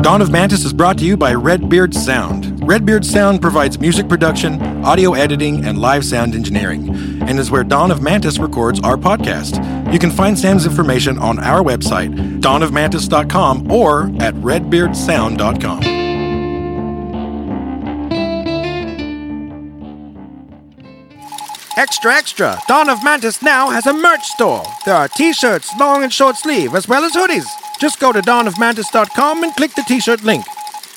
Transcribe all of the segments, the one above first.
Dawn of Mantis is brought to you by Redbeard Sound. Redbeard Sound provides music production, audio editing, and live sound engineering, and is where Dawn of Mantis records our podcast. You can find Sam's information on our website, dawnofmantis.com, or at redbeardsound.com. Extra, extra! Dawn of Mantis now has a merch store. There are t shirts, long and short sleeve, as well as hoodies. Just go to dawnofmantis.com and click the t shirt link.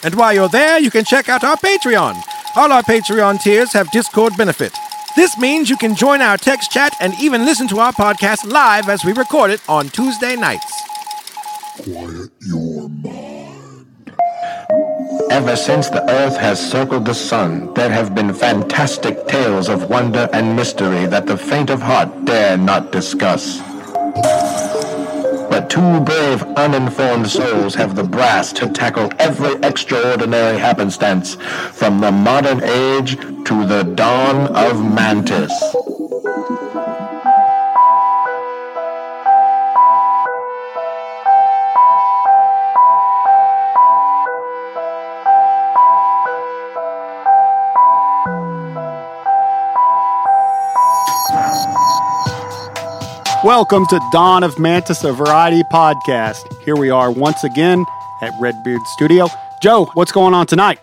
And while you're there, you can check out our Patreon. All our Patreon tiers have Discord benefit. This means you can join our text chat and even listen to our podcast live as we record it on Tuesday nights. Quiet your mind. Ever since the Earth has circled the sun, there have been fantastic tales of wonder and mystery that the faint of heart dare not discuss. But two brave, uninformed souls have the brass to tackle every extraordinary happenstance, from the modern age to the dawn of Mantis. Welcome to Dawn of Mantis, a variety podcast. Here we are once again at Redbeard Studio. Joe, what's going on tonight?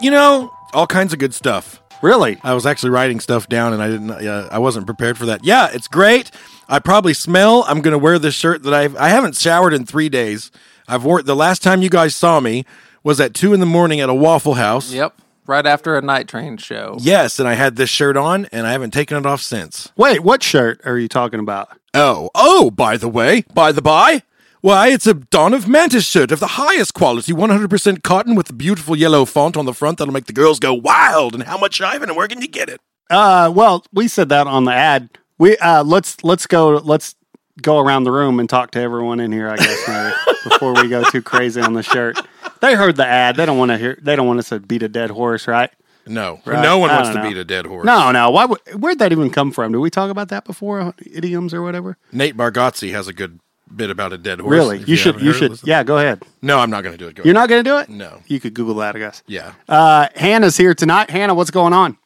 You know, all kinds of good stuff. Really? I was actually writing stuff down, and I didn't. Uh, I wasn't prepared for that. Yeah, it's great. I probably smell. I'm gonna wear this shirt that I've. I haven't showered in three days. I've worn. The last time you guys saw me was at two in the morning at a Waffle House. Yep. Right after a night train show. Yes, and I had this shirt on, and I haven't taken it off since. Wait, what shirt are you talking about? Oh, oh! By the way, by the by, why it's a Dawn of Mantis shirt of the highest quality, 100% cotton with a beautiful yellow font on the front that'll make the girls go wild. And how much Ivan? And where can you get it? Uh, well, we said that on the ad. We uh, let's let's go let's go around the room and talk to everyone in here. I guess maybe, before we go too crazy on the shirt. They heard the ad. They don't want to hear. They don't want us to beat a dead horse, right? No, Right. no one I wants don't to know. beat a dead horse. No, no. Why? Would, where'd that even come from? Did we talk about that before? Idioms or whatever? Nate Bargatze has a good bit about a dead horse. Really? If You should. haven't You heard it, should. listen. Yeah, go ahead. No, I'm not going to do it. Go You're not gonna do it? No. You could Google that, I guess. Yeah. Uh, Hannah's here tonight. Hannah, what's going on?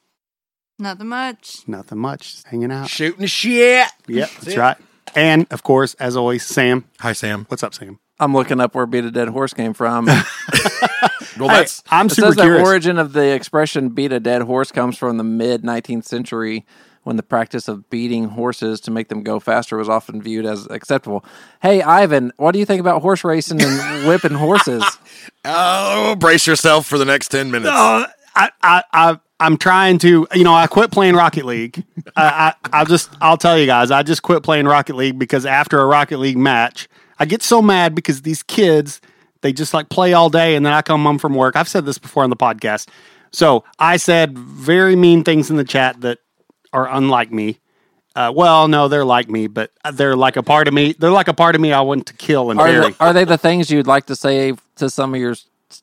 Nothing much. Nothing much. Just hanging out. Shooting the shit. Yep, that's it. right. And of course, as always, Sam. Hi, Sam. What's up, Sam? I'm looking up where beat a dead horse came from. Well, Hey, that's I'm it super says curious. the origin of the expression beat a dead horse comes from the mid 19th century when the practice of beating horses to make them go faster was often viewed as acceptable. Hey, Ivan, what do you think about horse racing and whipping horses? oh, brace yourself for the next ten minutes. Uh, I, I, I, I'm trying to, you know, I quit playing Rocket League. I, I, I'll just, I'll tell you guys, I just quit playing Rocket League because after a Rocket League match, I get so mad because these kids, they just like play all day and then I come home from work. I've said this before on the podcast. So I said very mean things in the chat that are unlike me. Uh, well, no, they're like me, but they're like a part of me. They're like a part of me I want to kill and Are, bury. the, are they the things you'd like to say to some of your?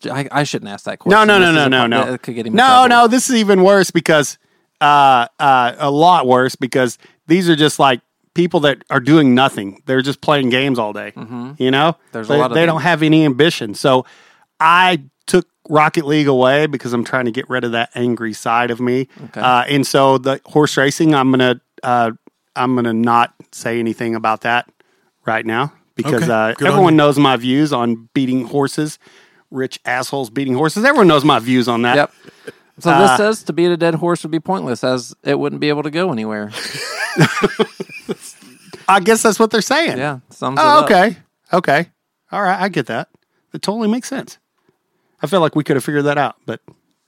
I, I shouldn't ask that question. No, no, no, This no, is- no, no. That could get him in no, trouble. no. This is even worse because uh, uh, a lot worse because these are just like people that are doing nothing. They're just playing games all day. You know, Mm-hmm. There's a they, lot of they them. don't have any ambition. So I took Rocket League away because I'm trying to get rid of that angry side of me. Uh, and so the horse racing, I'm gonna uh, I'm gonna not say anything about that right now because Okay. uh, Good on everyone you. knows my views on beating horses. Rich assholes beating horses. Everyone knows my views on that. Yep. So Uh, this says to beat a dead horse would be pointless, as it wouldn't be able to go anywhere. I guess that's what they're saying. Yeah. Sums it Oh, up. okay. Okay. All right. I get that. That totally makes sense. I feel like we could have figured that out, but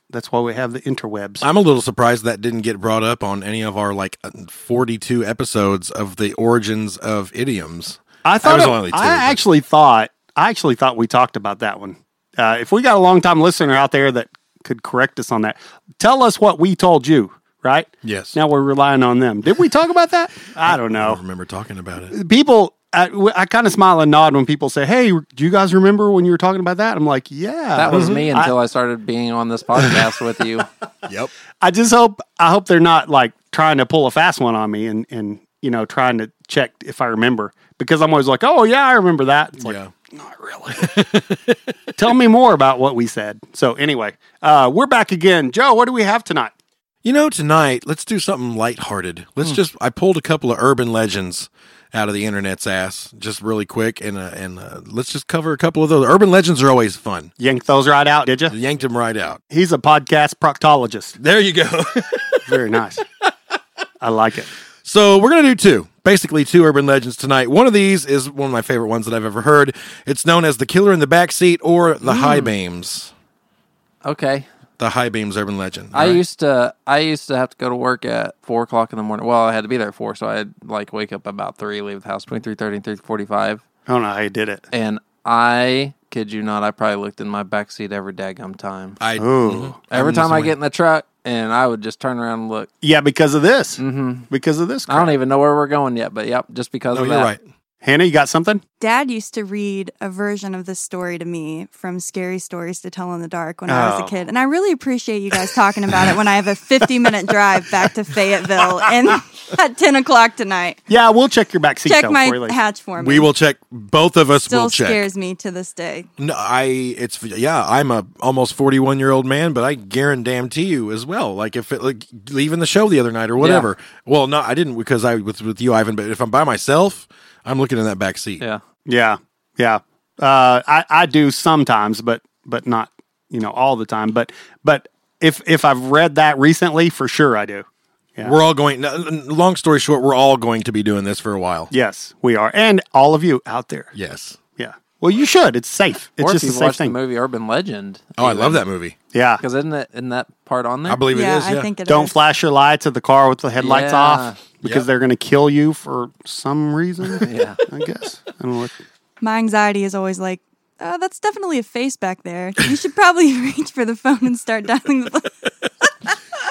that's why we have the interwebs. I'm a little surprised that didn't get brought up on any of our like 42 episodes of the origins of idioms. I thought was it- only two, I but- actually thought I actually thought we talked about that one. Uh, if we got a long time listener out there that could correct us on that, tell us what we told you. Right? Yes. Now we're relying on them. Did we talk about that? I don't I know. don't remember talking about it. people I, kind of smile and nod when people say, "Hey, do you guys remember when you were talking about that?" I'm like, "Yeah." That was me until I, started being on this podcast with you. Yep. I just hope I hope they're not like trying to pull a fast one on me and and you know trying to check if I remember because I'm always like, "Oh yeah, I remember that." It's like, Yeah. Not really. Tell me more about what we said. So anyway, uh, we're back again. Joe, what do we have tonight? You know, tonight, let's do something lighthearted. Let's just, I pulled a couple of urban legends out of the internet's ass just really quick. And, uh, and uh, let's just cover a couple of those. Urban legends are always fun. Yank those right out, did you? Yanked them right out. He's a podcast proctologist. There you go. Very nice. I like it. So we're gonna do two, basically two urban legends tonight. One of these is one of my favorite ones that I've ever heard. It's known as the killer in the backseat or the high beams. Okay. The high beams urban legend. I Alright. used to I used to have to go to work at four o'clock in the morning. Well, I had to be there at four, so I'd like wake up about three, leave the house between three thirty and three forty five. I don't know how you did it. And I kid you not, I probably looked in my backseat every daggum time. I Mm-hmm. Ooh. Every time I get in the truck and I would just turn around and look. Yeah, because of this. Mm-hmm. Because of this. I don't even know where we're going yet, but yep, just because no, of you're that. right. Hannah, you got something? Dad used to read a version of this story to me from Scary Stories to Tell in the Dark when I was Oh. a kid. And I really appreciate you guys talking about it when I have a 50 minute drive back to Fayetteville and at 10 o'clock tonight. Yeah, we'll check your back seat. Check though, my before you leave. hatch for me. We will check. Both of us Still will check. scares me to this day. No, I. It's yeah. I'm a almost 41 year old man, but I guarantee you as well. Like if it like leaving the show the other night or whatever. Well, no, I didn't because I was with you, Ivan. But if I'm by myself, I'm looking in that back seat. Yeah. Yeah, yeah. Uh, I I do sometimes, but but not you know all the time. But but if if I've read that recently, for sure I do. Yeah. We're all going. n- n- Long story short, we're all going to be doing this for a while. yes, we are, and all of you out there. Yes. Yeah. Well, you should. It's safe. It's Or just if a you've safe watched the thing. movie Urban Legend. Oh, I love that movie. Yeah. Because isn't it in that part on there? I believe yeah, it is. Yeah. I think it is. Don't flash your lights at the car with the headlights Yeah. off because Yep. they're going to kill you for some reason. Yeah. I guess. I don't know. What, My anxiety is always like, oh, that's definitely a face back there. You should probably reach for the phone and start dialing the.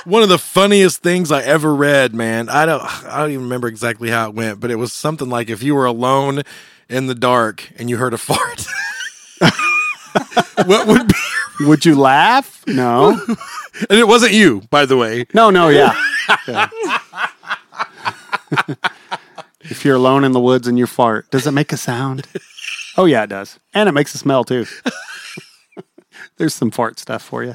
One of the funniest things I ever read, man. I don't I don't even remember exactly how it went, but it was something like if you were alone in the dark and you heard a fart. what would be would you laugh? No. And it wasn't you, by the way. No, no, yeah. Yeah. if you're alone in the woods and you fart, does it make a sound? Oh yeah, it does, and it makes a smell too. There's some fart stuff for you.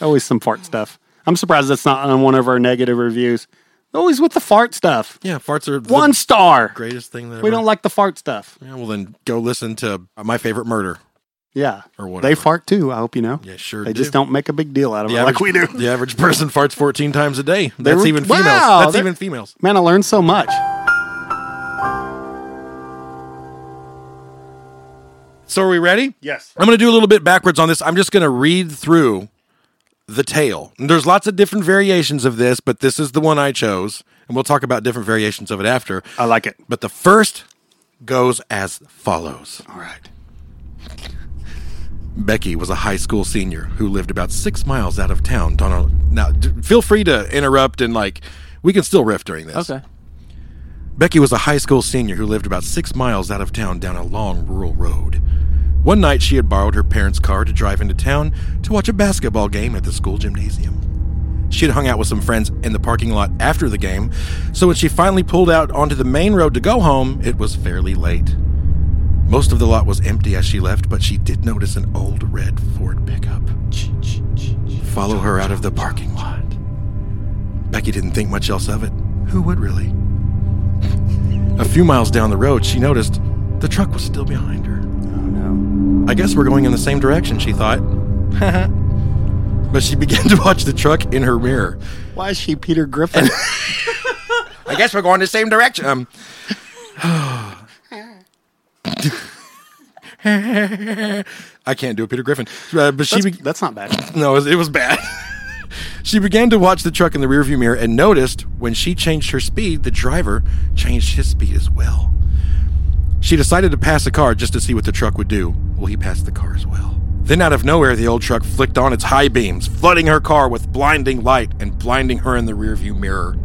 Always some fart stuff. I'm surprised that's not on one of our negative reviews. Always with the fart stuff. Yeah, farts are the One star. greatest thing that We ever- don't like the fart stuff. Yeah, well then go listen to my favorite murder. Yeah, Or whatever. they fart too. I hope you know. Yeah, sure They do. just don't make a big deal out of The it like average- we do. The average person farts 14 times a day. They That's were- even Wow, females. That's they're- even females. Man, I learned so much. So are we ready? Yes. I'm going to do a little bit backwards on this. I'm just going to read through the tale. And there's lots of different variations of this, but this is the one I chose, and we'll talk about different variations of it after. I like it. But the first goes as follows. All right. Becky was a high school senior who lived about six miles out of town. On a, now, d- feel free to interrupt and like, we can still riff during this. Okay. Becky was a high school senior who lived about six miles out of town down a long rural road. One night, she had borrowed her parents' car to drive into town to watch a basketball game at the school gymnasium. She had hung out with some friends in the parking lot after the game, so when she finally pulled out onto the main road to go home, it was fairly late. Most of the lot was empty as she left, but she did notice an old red Ford pickup follow her out of the parking lot. Becky didn't think much else of it. Who would really? A few miles down the road, she noticed the truck was still behind her. Oh no. I guess we're going in the same direction, she thought. but she began to watch the truck in her mirror. Why is she Peter Griffin? I guess we're going the same direction. Um, I can't do a Peter Griffin. Uh, but she That's, be- that's not bad. No, it was, it was bad. she began to watch the truck in the rearview mirror and noticed when she changed her speed, the driver changed his speed as well. She decided to pass the car just to see what the truck would do. Well, he passed the car as well. Then, out of nowhere, the old truck flicked on its high beams, flooding her car with blinding light and blinding her in the rearview mirror.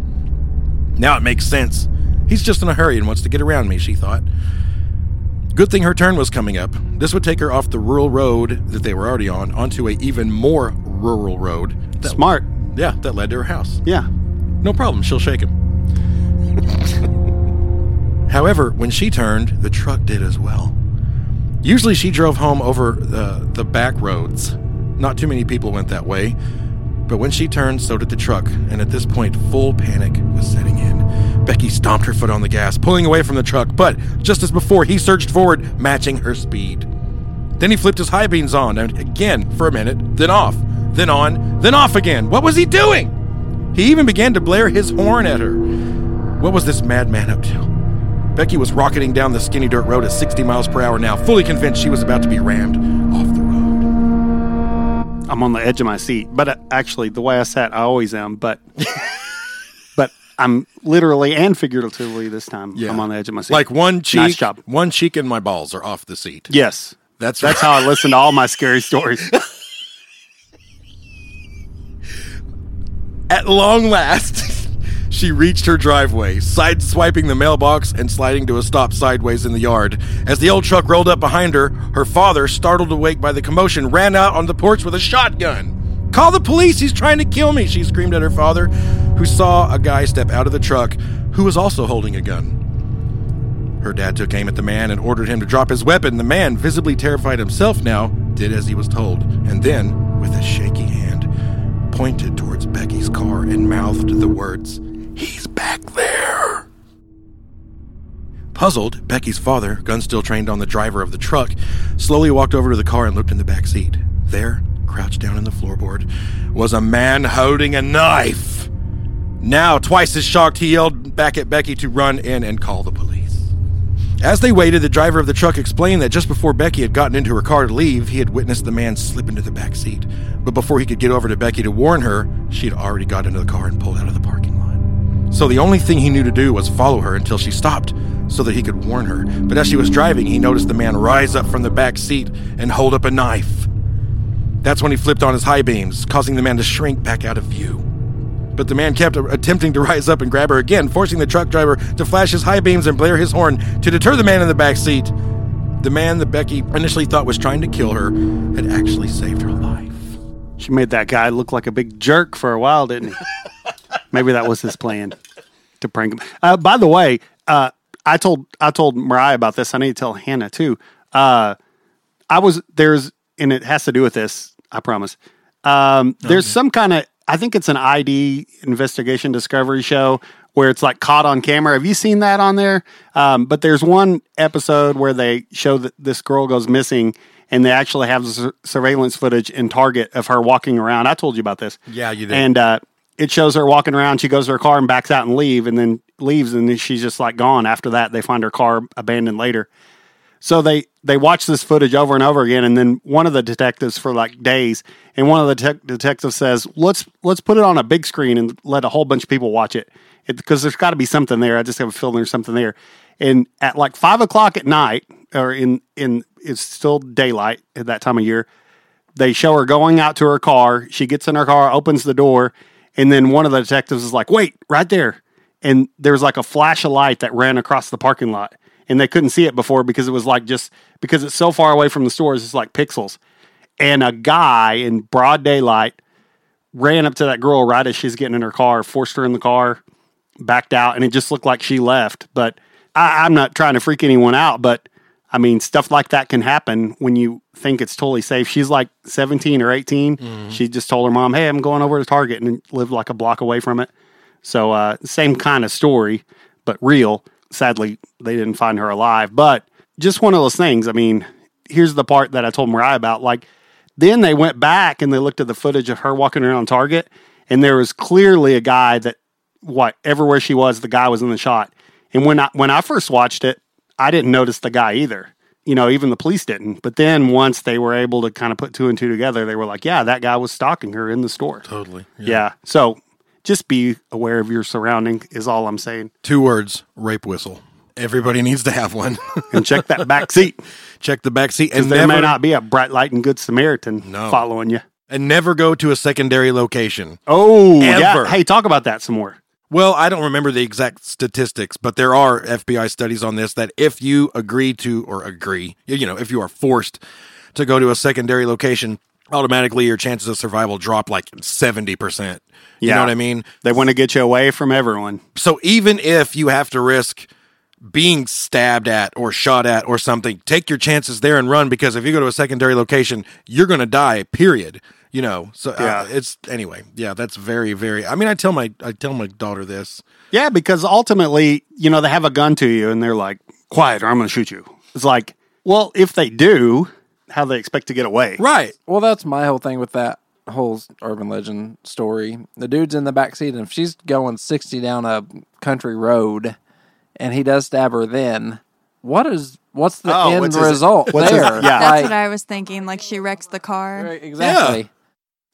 Now it makes sense. He's just in a hurry and wants to get around me, she thought. Good thing her turn was coming up. This would take her off the rural road that they were already on onto a even more rural road. That, Smart. yeah, that led to her house. Yeah. No problem, she'll shake him. However, when she turned, the truck did as well. Usually she drove home over the, the back roads. Not too many people went that way. But when she turned, so did the truck, and at this point, full panic was setting in. Becky stomped her foot on the gas, pulling away from the truck, but just as before, he surged forward, matching her speed. Then he flipped his high beams on, and again for a minute, then off, then on, then off again. What was he doing? He even began to blare his horn at her. What was this madman up to? Becky was rocketing down the skinny dirt road at 60 miles per hour now, fully convinced she was about to be rammed off the road. I'm on the edge of my seat, but uh, actually, the way I sat, I always am. But but I'm literally and figuratively this time. I'm on the edge of my seat. Like one cheek, Nice job. one cheek and my balls are off the seat. Yes, That's that's how I listen to all my scary stories. At long last, she reached her driveway, sideswiping the mailbox and sliding to a stop sideways in the yard. As the old truck rolled up behind her, her father, startled awake by the commotion, ran out on the porch with a shotgun. Call the police, he's trying to kill me, she screamed at her father, who saw a guy step out of the truck who was also holding a gun. Her dad took aim at the man and ordered him to drop his weapon. The man, visibly terrified himself now, did as he was told, and then, with a shaky hand, pointed towards Becky's car and mouthed the words, He's back there. Puzzled, Becky's father, gun still trained on the driver of the truck, slowly walked over to the car and looked in the back seat. There, crouched down in the floorboard, was a man holding a knife. Now, twice as shocked, he yelled back at Becky to run in and call the police. As they waited, the driver of the truck explained that just before Becky had gotten into her car to leave, he had witnessed the man slip into the back seat. But before he could get over to Becky to warn her, she had already got into the car and pulled out of the parking lot. So the only thing he knew to do was follow her until she stopped so that he could warn her. But as she was driving, he noticed the man rise up from the back seat and hold up a knife. That's when he flipped on his high beams, causing the man to shrink back out of view. But the man kept attempting to rise up and grab her again, forcing the truck driver to flash his high beams and blare his horn to deter the man in the back seat. The man that Becky initially thought was trying to kill her had actually saved her life. she made that guy look like a big jerk for a while, didn't he? Maybe that was his plan to prank him. Uh, by the way, uh, I told I told Mariah about this. I need to tell Hannah too. Uh, I was there's and it has to do with this. I promise. Um, there's some kind of I think it's an ID investigation discovery show where it's like caught on camera. Have you seen that on there? Um, but there's one episode where they show that this girl goes missing and they actually have sur- surveillance footage in Target of her walking around. I told you about this. Yeah, you did. And uh, it shows her walking around. She goes to her car and backs out and leave, and then leaves, and then she's just like gone. After that, they find her car abandoned later. So they they watch this footage over and over again, and then one of the detectives for like days, and one of the tech detectives says, "Let's let's put it on a big screen and let a whole bunch of people watch it, because there's got to be something there. I just have a feeling there's something there." And at like five o'clock at night, or in in it's still daylight at that time of year, they show her going out to her car. She gets in her car, opens the door, and then one of the detectives is like, "Wait, right there!" And there was like a flash of light that ran across the parking lot, and they couldn't see it before because it was like just because it's so far away from the stores, it's like pixels. And a guy in broad daylight ran up to that girl right as she's getting in her car, forced her in the car, backed out, and it just looked like she left. But I, I'm not trying to freak anyone out, but I mean, stuff like that can happen when you think it's totally safe. She's like 17 or 18. She just told her mom, Hey, I'm going over to Target and lived like a block away from it. So, uh, same kind of story, but real. Sadly, they didn't find her alive, but just one of those things. I mean, here's the part that I told Mariah about. Like, then they went back and they looked at the footage of her walking around Target, and there was clearly a guy that what everywhere she was, the guy was in the shot. And when I when I first watched it, I didn't notice the guy either. You know, even the police didn't. But then once they were able to kind of put two and two together, they were like, "Yeah, that guy was stalking her in the store." Totally. Yeah. So just be aware of your surrounding is all I'm saying, Two words rape whistle. Everybody needs to have one. and check that back seat. Check the back seat and There never, may not be a bright light and good Samaritan No. following you. and never go to a secondary location. Oh, Ever. yeah. Hey, talk about that some more. Well, I don't remember the exact statistics, but there are FBI studies on this that if you agree to or agree, you know, if you are forced to go to a secondary location, automatically your chances of survival drop like 70%. You Yeah. know what I mean? They want to get you away from everyone. So even if you have to risk being stabbed at or shot at or something, take your chances there and run because if you go to a secondary location, you're going to die. Period. You know. So uh, Yeah. it's anyway. Yeah, that's very very. I mean, I tell my I tell my daughter this. Yeah, because ultimately, you know, they have a gun to you and they're like, quiet or I'm going to shoot you. It's like, well, if they do, how they expect to get away. Right. Well, that's my whole thing with that whole s- urban legend story. The dude's in the back seat, and if she's going sixty down a country road, and he does stab her, then what is what's the Oh, end what's his- result what's his- there? yeah. That's Like- what I was thinking. Like she wrecks the car. Right, exactly.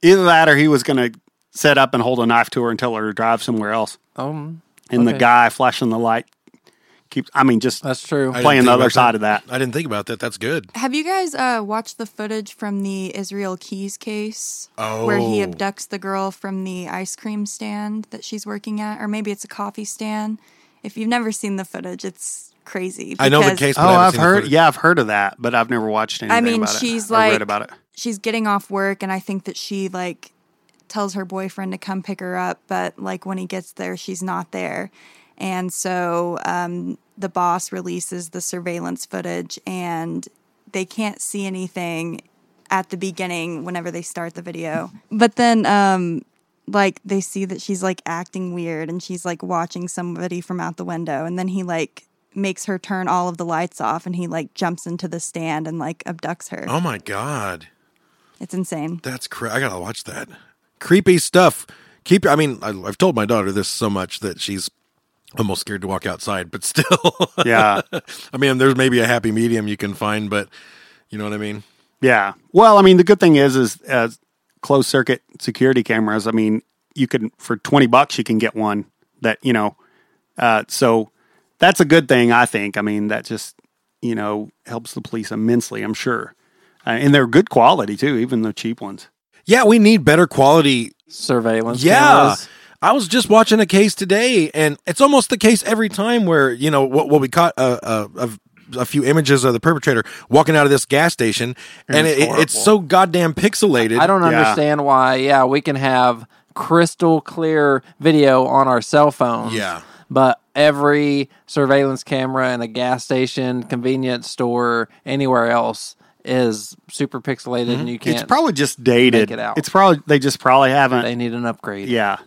Either that or he was going to set up and hold a knife to her and tell her to drive somewhere else. Um, And the Okay. guy flashing the light keeps, I mean, just that's true. I didn't playing the think other about side of that. I didn't think about that. That's good. Have you guys uh, watched the footage from the Israel Keys case where he Oh. abducts the girl from the ice cream stand that she's working at, or maybe it's a coffee stand? If you've never seen the footage, it's crazy. I know the because- case. but Oh, I haven't I've seen the heard. footage. Yeah, I've heard of that, but I've never watched anything. I mean, about it she's or like read about it. She's getting off work, and I think that she like tells her boyfriend to come pick her up, but like when he gets there, she's not there, and so um, the boss releases the surveillance footage, and they can't see anything at the beginning whenever they start the video, but then. Um, like they see that she's like acting weird and she's like watching somebody from out the window and then he like makes her turn all of the lights off and he like jumps into the stand and like abducts her. Oh my god, It's insane. that's cra- I gotta watch that. Creepy stuff. Keep. I mean, I, I've told my daughter this so much that she's almost scared to walk outside, but still. Yeah, I mean, there's maybe a happy medium you can find, but you know what I mean. yeah. Well, I mean, the good thing is, is uh, closed circuit security cameras. I mean, you can for twenty bucks you can get one that you know. Uh, so that's a good thing, I think. I mean, that just you know helps the police immensely. I'm sure, uh, and they're good quality too, even the cheap ones. Yeah, we need better quality. Surveillance. Yeah. cameras. I was just watching a case today, and it's almost the case every time where you know what, what we caught a, a, a, a few images of the perpetrator walking out of this gas station, and It's it, it- it's so goddamn pixelated. I don't Yeah. understand why. Yeah, we can have crystal clear video on our cell phones. Yeah. But every surveillance camera in a gas station, convenience store, anywhere else is super pixelated and you can't. Mm-hmm. It's probably just dated. it out. It's probably they just probably haven't they need an upgrade. Yeah.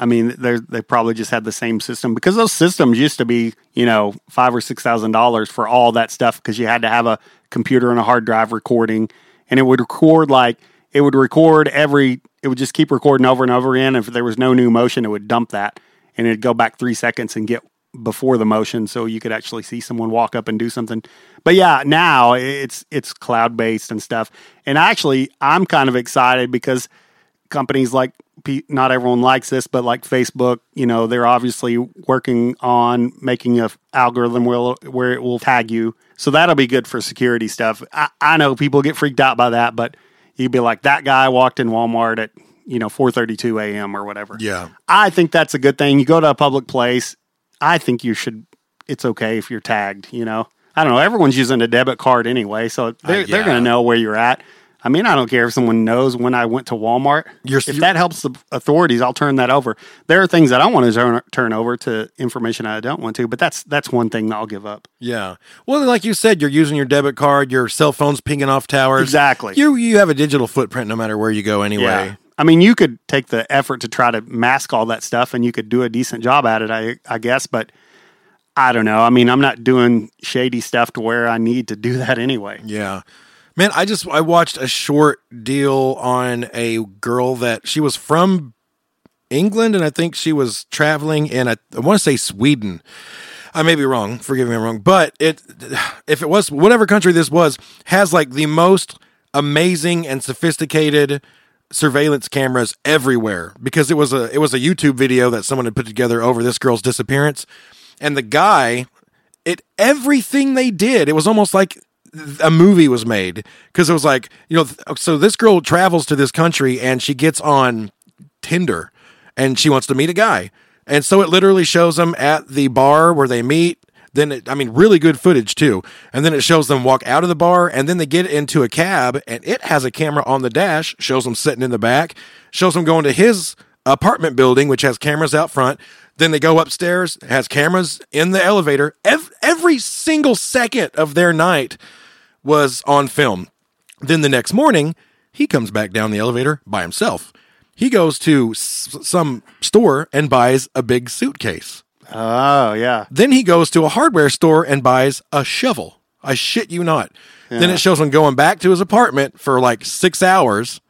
I mean, they they probably just had the same system because those systems used to be, you know, five or six thousand dollars for all that stuff because you had to have a computer and a hard drive recording, and it would record like it would record every. It would just keep recording over and over again. If there was no new motion, it would dump that, and it'd go back three seconds and get before the motion, so you could actually see someone walk up and do something. But yeah, now it's it's cloud based and stuff. And actually, I'm kind of excited because companies like P- not everyone likes this, but like Facebook, you know, they're obviously working on making a f- algorithm will where it will tag you. So that'll be good for security stuff. I, I know people get freaked out by that, but you'd be like, that guy walked in Walmart at you know 4:32 a.m. or whatever. Yeah. I think that's a good thing. You go to a public place. I think you should. It's okay if you're tagged. You know, I don't know. Everyone's using a debit card anyway, so they're Uh, they're yeah. going to know where you're at. I mean, I don't care if someone knows when I went to Walmart. You're- if that helps the authorities, I'll turn that over. There are things that I want to turn, turn over to information I don't want to, but that's that's one thing that I'll give up. Yeah. Well, like you said, you're using your debit card, your cell phone's pinging off towers. Exactly. You you have a digital footprint no matter where you go anyway. I mean, you could take the effort to try to mask all that stuff and you could do a decent job at it, I, I guess. But I don't know. I mean, I'm not doing shady stuff to where I need to do that anyway. Yeah. Man, I just I watched a short deal on a girl that she was from England and I think she was traveling in I, I want to say Sweden. I may be wrong, forgive me if I'm wrong, but it if it was whatever country this was has like the most amazing and sophisticated surveillance cameras everywhere because it was a it was a YouTube video that someone had put together over this girl's disappearance and the guy it everything they did it was almost like th- a movie was made because it was like you know th- so this girl travels to this country and she gets on tinder and she wants to meet a guy and so it literally shows them at the bar where they meet then it, i mean really good footage too and then it shows them walk out of the bar and then they get into a cab and it has a camera on the dash shows them sitting in the back shows them going to his apartment building which has cameras out front Then they go upstairs, has cameras in the elevator. Ev- every single second of their night was on film. Then the next morning, he comes back down the elevator by himself. He goes to s- some store and buys a big suitcase. Oh yeah. Then he goes to a hardware store and buys a shovel. I shit you not. Then it shows him going back to his apartment for like six hours,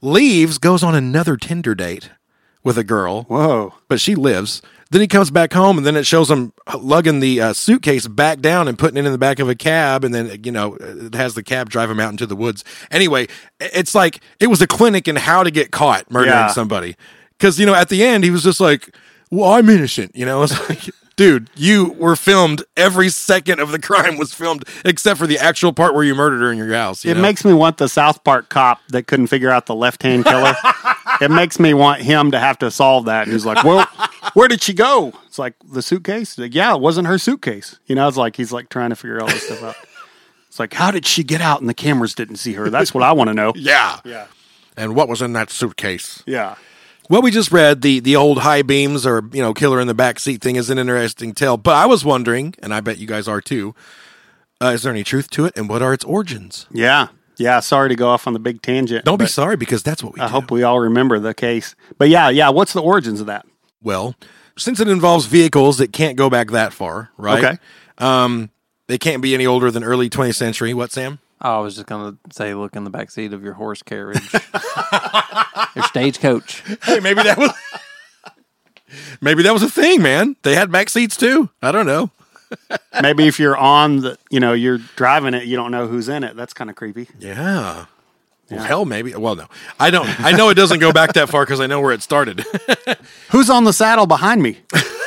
leaves, goes on another Tinder date with a girl Whoa. but she lives. Then he comes back home, and then it shows him lugging the uh, suitcase back down and putting it in the back of a cab, and then you know it has the cab drive him out into the woods. Anyway, it's like it was a clinic in how to get caught murdering Yeah. somebody, because you know at the end he was just like, "Well, I'm innocent," you know. It's like, dude, you were filmed. Every second of the crime was filmed, except for the actual part where you murdered her in your house. you It know? makes me want the South Park cop that couldn't figure out the left hand killer. it makes me want him to have to solve that. And he's like, Well, where did she go? It's like the suitcase. He's like, yeah, it wasn't her suitcase. You know, it's like he's like trying to figure all this stuff out. It's like, how did she get out and the cameras didn't see her? That's what I want to know. yeah, yeah. And what was in that suitcase? Yeah. What we just read, the the old high beams or you know killer in the back seat thing is an interesting tale. But I was wondering, and I bet you guys are too. Uh, is there any truth to it, and what are its origins? Yeah. Yeah. Sorry to go off on the big tangent. Don't be but sorry because that's what we I do. hope we all remember the case. But yeah, yeah. What's the origins of that? Well, since it involves vehicles that can't go back that far, right? Okay. Um, they can't be any older than early 20th century. What, Sam? Oh, I was just gonna say, look in the back seat of your horse carriage, your stagecoach. Hey, maybe that was maybe that was a thing, man. They had back seats too. I don't know. Maybe if you're on the, you know, you're driving it, you don't know who's in it. That's kind of creepy. Yeah. Well, hell, maybe. Well, no, I don't. I know it doesn't go back that far because I know where it started. Who's on the saddle behind me?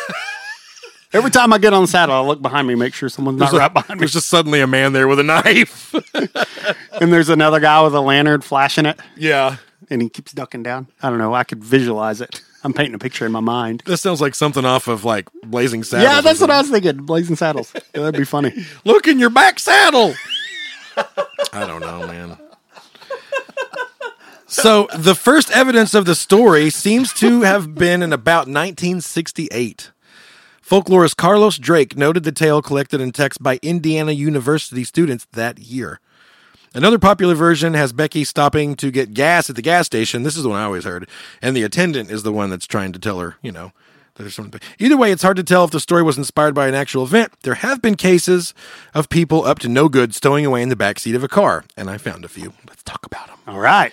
Every time I get on the saddle, I look behind me, make sure someone's not There's right a- behind me. There's just suddenly a man there with a knife. And there's another guy with a lantern flashing it, yeah. and he keeps ducking down. I don't know. I could visualize it. I'm painting a picture in my mind. That sounds like something off of like Blazing Saddles. Yeah, that's or what I was thinking. Blazing saddles. Yeah, that'd be funny. something. Look in your back saddle. I don't know, man. So the first evidence of the story seems to have been in about 1968. Folklorist Carlos Drake noted the tale collected in text by Indiana University students that year. Another popular version has Becky stopping to get gas at the gas station. This is the one I always heard. And the attendant is the one that's trying to tell her, you know, that there's something. Either way, it's hard to tell if the story was inspired by an actual event. There have been cases of people up to no good stowing away in the backseat of a car, and I found a few. Let's talk about them. All right.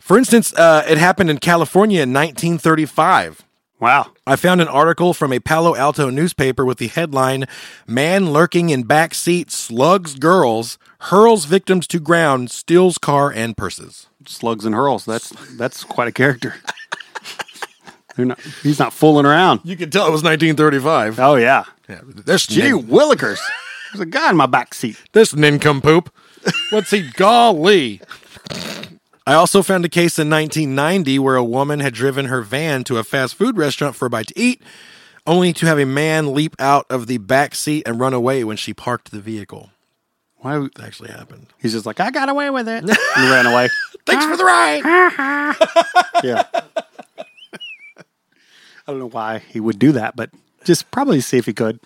For instance, uh, it happened in California in 1935. Wow. I found an article from a Palo Alto newspaper with the headline Man lurking in back seat slugs girls, hurls victims to ground, steals car and purses. Slugs and hurls. That's that's quite a character. They're not, he's not fooling around. You can tell it was 1935. Oh yeah. This, Gee nin- willikers. There's a guy in my back seat. this nincompoop. What's he? Golly. I also found a case in 1990 where a woman had driven her van to a fast food restaurant for a bite to eat, only to have a man leap out of the back seat and run away when she parked the vehicle. Why? It actually happened. He's just like, I got away with it. And ran away. Thanks for the ride. Ah. Yeah. I don't know why he would do that, but just probably see if he could.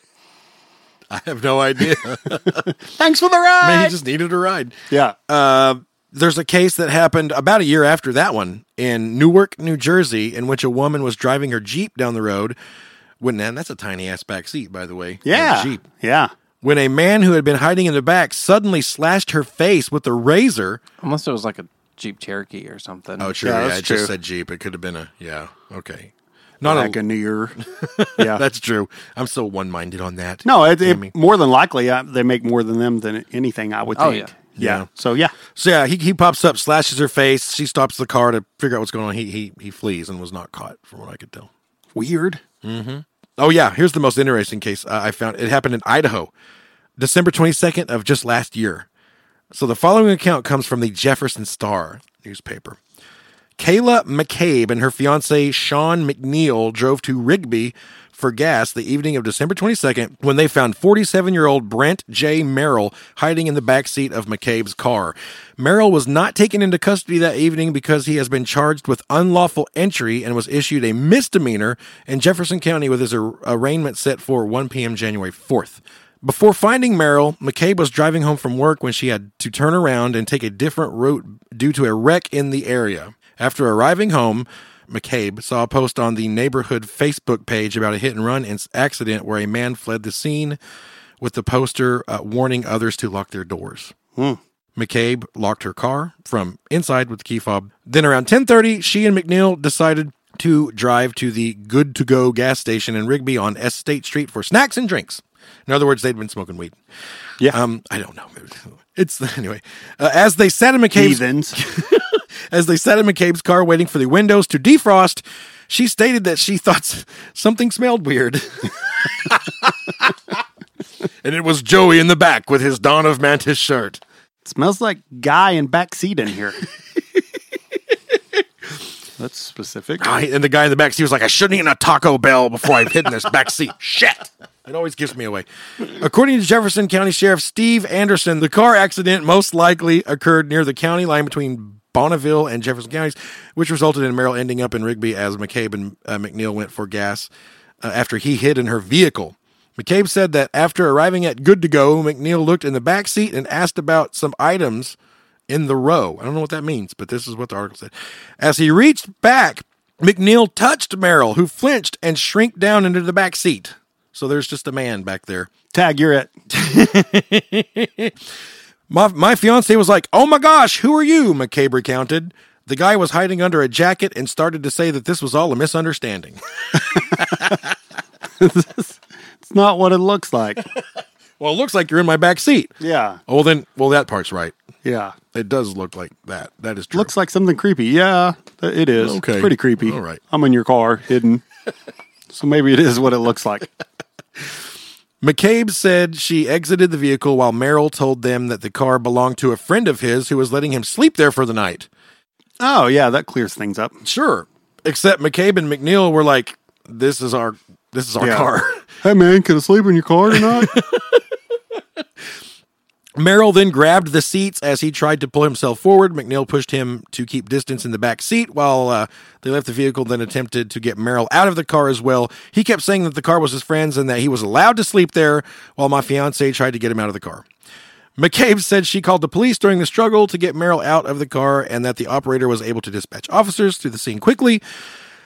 I have no idea. Thanks for the ride. Man, he just Oh, needed a ride. yeah. There's a case that happened about a year after that one in Newark, New Jersey, in which a woman was driving her Jeep down the road. When and that's a tiny ass back seat, by the way. of a yeah. Jeep. Yeah. When a man who had been hiding in the back suddenly slashed her face with a razor. Unless it was like a Jeep Cherokee or something. Oh, sure. Yeah, Yeah, that's I true. just said Jeep. It could have been a yeah. Okay. Not Like a, a New Year. yeah. that's true. I'm so one minded on that. no, it, Damn me. it, more than likely, uh, they make more than them than anything, I would Oh, think. yeah. yeah. Yeah. So, yeah. So yeah, he, he pops up, slashes her face. She stops the car to figure out what's going on. He he he flees and was not caught, from what I could tell. Weird. Oh yeah, here's the most interesting case uh, I found. It happened in Idaho, December 22nd of just last year. So the following account comes from the Jefferson Star newspaper. Kayla McCabe and her fiance Sean McNeil drove to Rigby for gas the evening of December 22nd when they found 47 year old Brent J. Merrill hiding in the backseat of McCabe's car. Merrill was not taken into custody that evening because he has been charged with unlawful entry and was issued a misdemeanor in Jefferson County with his ar- arraignment set for 1 p.m. January 4th. Before finding Merrill, McCabe was driving home from work when she had to turn around and take a different route due to a wreck in the area. After arriving home, McCabe saw a post on the neighborhood Facebook page about a hit and run inc- accident where a man fled the scene with the poster uh, warning others to lock their doors. Hmm. McCabe locked her car from inside with the key fob. Then around 10:30, she and McNeil decided to drive to the Good to Go gas station in Rigby on Estate Street for snacks and drinks. In other words, they'd been smoking weed. Yeah. Um, I don't know. It's anyway. Uh, as they sat in McCabe's Heathens. as they sat in McCabe's car waiting for the windows to defrost, she stated that she thought s- something smelled weird. and it was Joey in the back with his Dawn of Mantis shirt. smells like guy in back seat in here. That's specific. I, and the guy in the back seat was like, I shouldn't eat a Taco Bell before I've hidden this back seat. Shit. It always gives me away. According to Jefferson County Sheriff Steve Anderson, the car accident most likely occurred near the county line between Bonneville and Jefferson counties, which resulted in Merrill ending up in Rigby as McCabe and uh, McNeil went for gas uh, after he hid in her vehicle. McCabe said that after arriving at Good to Go, McNeil looked in the back seat and asked about some items in the row. I don't know what that means, but this is what the article said. As he reached back, McNeil touched Merrill, who flinched and shrank down into the back seat. So there's just a man back there. Tag, you're it. My, my fiance was like, Oh my gosh, who are you? McCabe recounted. The guy was hiding under a jacket and started to say that this was all a misunderstanding. It's not what it looks like. well, it looks like you're in my back seat. Yeah. Oh, well, then, well, that part's right. Yeah. It does look like that. That is true. Looks like something creepy. Yeah, th- it is. Okay. It's pretty creepy. All right. I'm in your car, hidden. so maybe it is what it looks like. McCabe said she exited the vehicle while Merrill told them that the car belonged to a friend of his who was letting him sleep there for the night. Oh, yeah, that clears things up. Sure. Except McCabe and McNeil were like, This is our this is our Yeah. car. Hey, man, can I sleep in your car tonight? Merrill then grabbed the seats as he tried to pull himself forward. McNeil pushed him to keep distance in the back seat while uh, they left the vehicle, then attempted to get Merrill out of the car as well. He kept saying that the car was his friend's and that he was allowed to sleep there while my fiance tried to get him out of the car. McCabe said she called the police during the struggle to get Merrill out of the car and that the operator was able to dispatch officers to the scene quickly.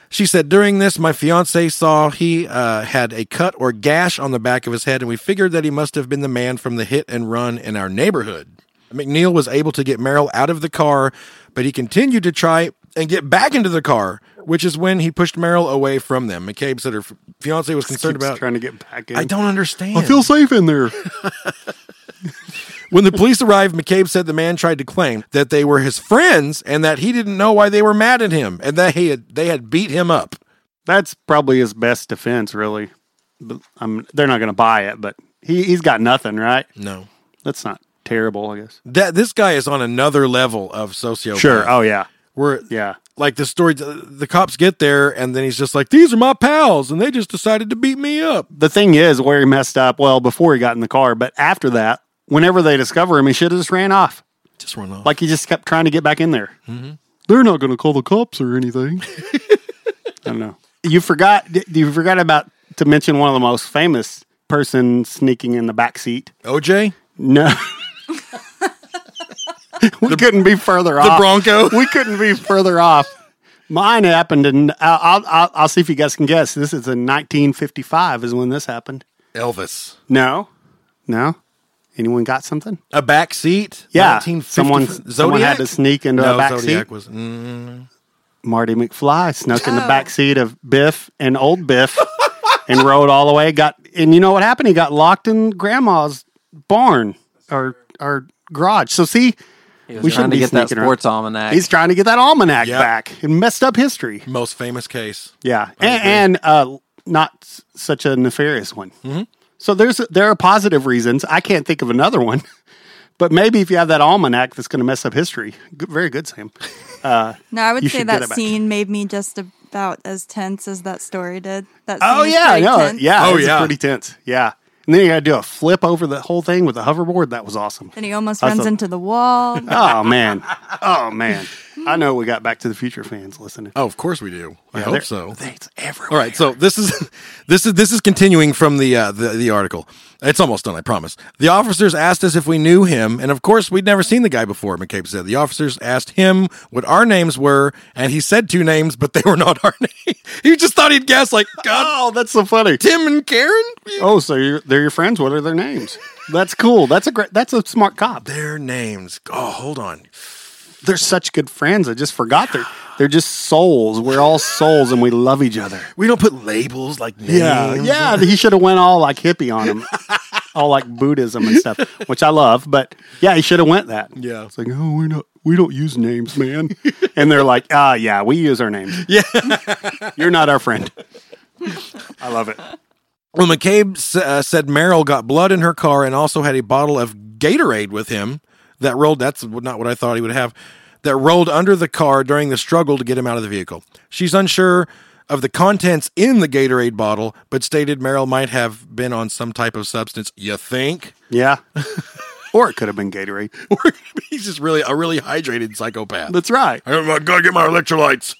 She said, during this, my fiance saw he uh, had a cut or gash on the back of his head, and we figured that he must have been the man from the hit and run in our neighborhood. McNeil was able to get Merrill out of the car, but he continued to try and get back into the car, which is when he pushed Merrill away from them. McCabe said her f- fiance was concerned Keeps about. trying to get back in. I don't understand. I feel safe in there. When the police arrived, McCabe said the man tried to claim that they were his friends and that he didn't know why they were mad at him and that he had, they had beat him up. That's probably his best defense, really. But, um, they're not going to buy it, but he, he's got nothing, right? No. That's not terrible, I guess. That this guy is on another level of sociopath. Oh, yeah. Where Yeah. like the story the cops get there and then he's just like these are my pals and they just decided to beat me up. the thing is where he messed up well before he got in the car but after that whenever they discover him he should have just ran off Just run off. like he just kept trying to get back in there Mm-hmm. they're not going to call the cops or anything i don't know you forgot you forgot about to mention one of the most famous person sneaking in the back seat OJ, no we couldn't be further off Bronco. we couldn't be further off mine happened and I'll, I'll, I'll see if you guys can guess this is in 1955 is when this happened Elvis. no, no. Anyone got something? A back seat? Yeah, 1950 someone someone had to sneak into no, a back Zodiac seat. was mm, Marty McFly snuck in the back seat of Biff and old Biff and rode all the way. Got and you know what happened? He got locked in Grandma's barn or or garage. So see, We He shouldn't was trying to be get that sneaking around. sports almanac. he's trying to get that almanac Yeah. back and messed up history. most famous case. Yeah, and, and uh, not s- such a nefarious one. So there's there are positive reasons. I can't think of another one, but maybe if you have that almanac, that's going to mess up history. Good, very good, Sam. Uh, No, I would You say should get that it back. scene made me just about as tense as that story did. That scene oh is yeah, pretty no, tense. yeah, Oh, it's yeah. pretty tense. Yeah, and then you got to do a flip over the whole thing with a hoverboard. That was awesome. Then he almost That's runs a- into the wall. Oh man, oh man. I know we got Back to the Future fans listening. Oh, of course we do. I Yeah, they're- hope so. It's everywhere. All right, so this is this is this is continuing from the, uh, the the article. It's almost done, I promise. The officers asked us if we knew him, and of course we'd never seen the guy before. McCabe said the officers asked him what our names were, and he said two names, but they were not our names. he just thought he'd guess like God, Oh, that's so funny. Tim and Karen. Oh, so you're, they're your friends. What are their names? That's cool. That's a great. That's a smart cop. Their names. Oh, hold on. They're such good friends. I just forgot they're they're just souls. We're all souls, and we love each other. We don't put labels like names. yeah. He should have went all like hippie on him, all like Buddhism and stuff, which I love. But yeah, he should have went that. Yeah. it's like oh, we don't we don't use names, man. and they're like, ah, yeah, we use our names. Yeah, you're not our friend. I love it. Well, McCabe s- uh, said Merrill got blood in her car and also had a bottle of Gatorade with him that rolled. That's not what I thought he would have. That rolled under the car during the struggle to get him out of the vehicle. She's unsure of the contents in the Gatorade bottle, but stated Merrill might have been on some type of substance. You think? Yeah, or it could have been Gatorade. He's just really a really hydrated psychopath. That's right. I gotta get my electrolytes.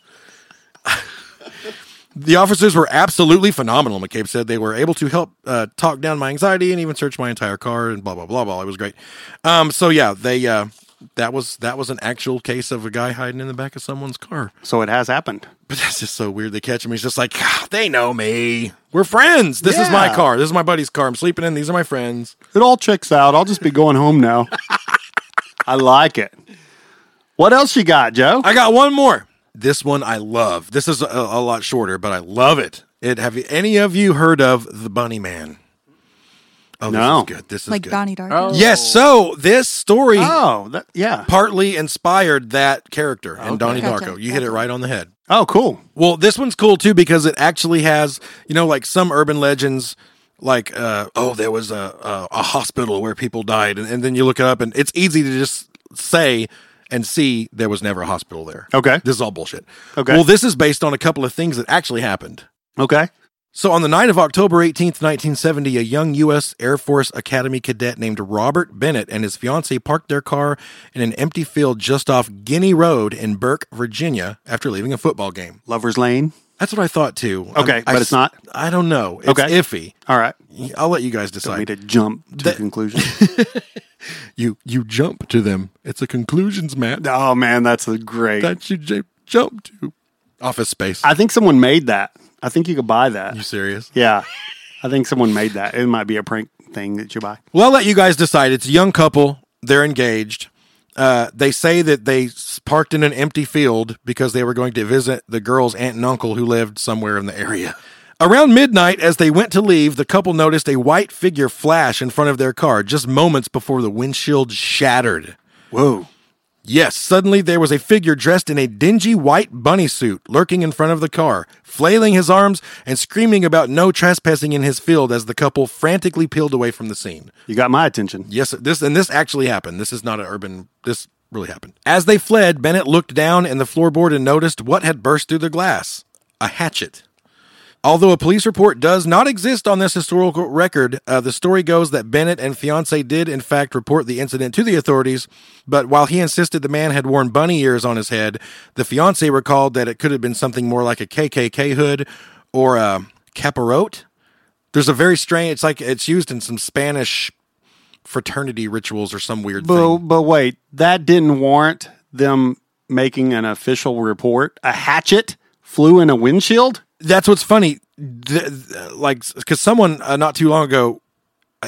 the officers were absolutely phenomenal. McCabe said they were able to help uh, talk down my anxiety and even search my entire car and blah blah blah blah. It was great. Um, so yeah, they uh, that was that was an actual case of a guy hiding in the back of someone's car. So it has happened. But that's just so weird. They catch him. He's just like, "Ah, they know me. We're friends. This is my Yeah. car. This is my buddy's car. I'm sleeping in. These are my friends. It all checks out. I'll just be going home now. I like it. What else you got, Joe? I got one more. This one I love. This is a, a lot shorter, but I love it. It have you- any of you heard of the Bunny Man? Oh, No. this is good. This is like good. Donnie Darko. Oh. Yes, so this story oh, that, yeah. partly inspired that character and Donnie Gotcha, Darko. You hit it gotcha. right on the head. Oh, cool. Well, this one's cool too because it actually has, you know, like some urban legends, like uh, oh, there was a, a a hospital where people died, and, and then you look it up, and it's easy to just say and see there was never a hospital there. Okay. this is all bullshit. Okay. well, this is based on a couple of things that actually happened. Okay. So, on the night of October 18th, 1970, a young U.S. Air Force Academy cadet named Robert Bennett and his fiancee parked their car in an empty field just off Guinea Road in Burke, Virginia, after leaving a football game. Lover's Lane. That's what I thought too. I'm- Okay, but I it's not? I don't know. It's Okay. iffy. All right. I'll let you guys Don't need decide. to jump to That- conclusion. You you jump to them. It's a conclusions, Matt. oh man, that's a great. That you j- jump to. Office Space. I think someone made that. I think you could buy that. you serious? Yeah. I think someone made that. It might be a prank thing that you buy. Well, I'll let you guys decide. It's a young couple. They're engaged. Uh, they say that they s- parked in an empty field because they were going to visit the girl's aunt and uncle who lived somewhere in the area. Around midnight, as they went to leave, the couple noticed a white figure flash in front of their car just moments before the windshield shattered. Whoa. Yes, suddenly there was a figure dressed in a dingy white bunny suit lurking in front of the car, flailing his arms and screaming about no trespassing in his field as the couple frantically peeled away from the scene. You got my attention. Yes, this and this actually happened. This is not an urban. This really happened. As they fled, Bennett looked down in the floorboard and noticed what had burst through the glass: a hatchet. Although a police report does not exist on this historical record, uh, the story goes that Bennett and fiance did in fact report the incident to the authorities. But while he insisted the man had worn bunny ears on his head, the fiance recalled that it could have been something more like a KKK hood or a caparote. There's a very strange. It's like it's used in some Spanish fraternity rituals or some weird But, thing. but wait, that didn't warrant them making an official report. A hatchet flew in a windshield? That's what's funny. Th- th- like, because someone uh, not too long ago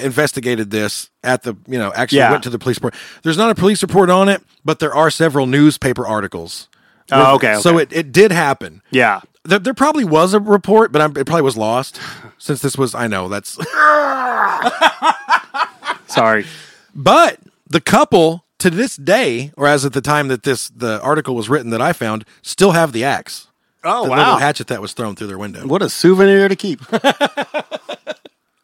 investigated this at the, you know, actually Yeah. went to the police report. There's not a police report on it, but there are several newspaper articles. Oh, okay, So it, it did happen. Yeah. There, there probably was a report, but I'm, it probably was lost since this was, I know that's, Sorry. but the couple to this day, or as at the time that this, the article was written that I found, still have the axe. Oh, the little hatchet that was thrown through their window. What a souvenir to keep.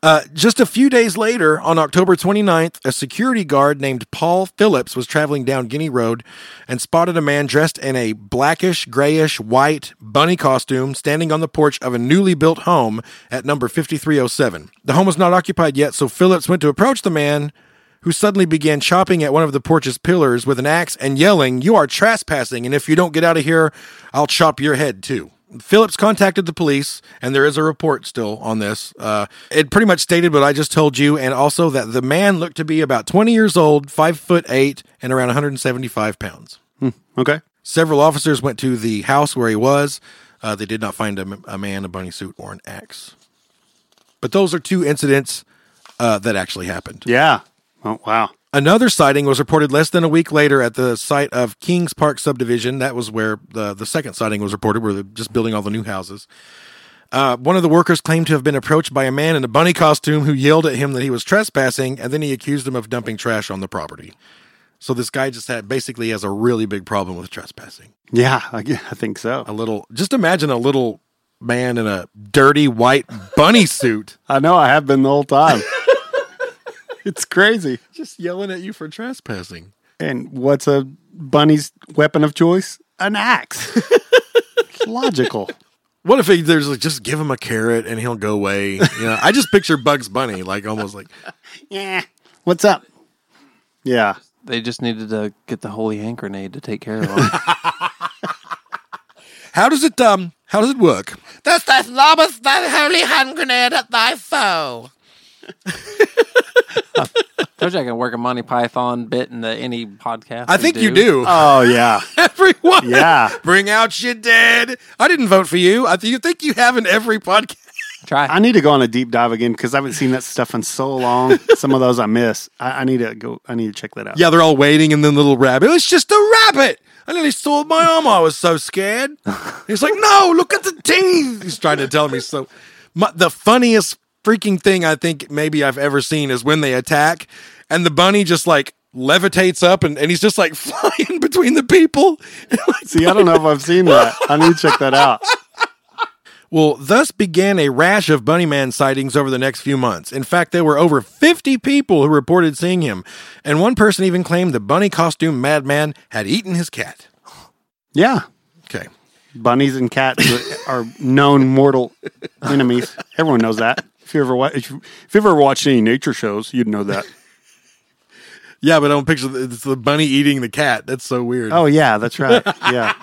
Uh, just a few days later, on October 29th, a security guard named Paul Phillips was traveling down Guinea Road and spotted a man dressed in a blackish, grayish, white bunny costume standing on the porch of a newly built home at number 5307. The home was not occupied yet, so Phillips went to approach the man, who suddenly began chopping at one of the porch's pillars with an axe and yelling, You are trespassing, and if you don't get out of here, I'll chop your head too. Phillips contacted the police, and there is a report still on this. Uh, it pretty much stated what I just told you, and also that the man looked to be about 20 years old, 5 foot 8, and around 175 pounds. Okay. Several officers went to the house where he was. Uh, they did not find a, a man, a bunny suit, or an axe. But those are two incidents uh, that actually happened. Yeah. Oh wow. Another sighting was reported less than a week later at the site of Kings Park subdivision. That was where the, the second sighting was reported, where they're just building all the new houses. Uh, one of the workers claimed to have been approached by a man in a bunny costume who yelled at him that he was trespassing, and then he accused him of dumping trash on the property. So this guy just had basically has a really big problem with trespassing. Yeah, I, g- I think A so. little, just imagine a little man in a dirty white bunny suit I know I have been the whole time. it's crazy. just yelling at you for trespassing. And what's a bunny's weapon of choice? An axe. It's logical. What if he, there's like just give him a carrot and he'll go away? You know, I just picture Bugs Bunny like almost like Yeah. What's up? Yeah. They just needed to get the holy hand grenade to take care of him. how does it um how does it work? Thus doth lobbeth thy holy hand grenade at thy foe. Told you I can work a Monty Python bit into any podcast. I we think you do. Oh yeah. Everyone, Yeah. bring out your dead. I didn't vote for you. I th- you think you have in every podcast. Try. I need to go on a deep dive again because I haven't seen that stuff in so long. Some of those I miss. I, I need to go. I need to check that out. Yeah, they're all waiting, and then the little rabbit. It was just a rabbit. I nearly sawed my arm. I was so scared. He's like, no, look at the teeth. He's trying to tell me. So, my, the funniest freaking thing I think maybe I've ever seen is when they attack, and the bunny just like levitates up, and, and he's just like flying between the people. See, I don't know if I've seen that. I need to check that out. Well, thus began a rash of Bunny Man sightings over the next few months. In fact, there were over 50 people who reported seeing him, and one person even claimed the bunny costume madman had eaten his cat. Yeah. Okay. Bunnies and cats are known mortal enemies. Everyone knows that. If you ever wa- if you- if you ever watched any nature shows, you'd know that. Yeah, but I don't picture the, it's the bunny eating the cat. That's so weird. Oh yeah, that's right. Yeah.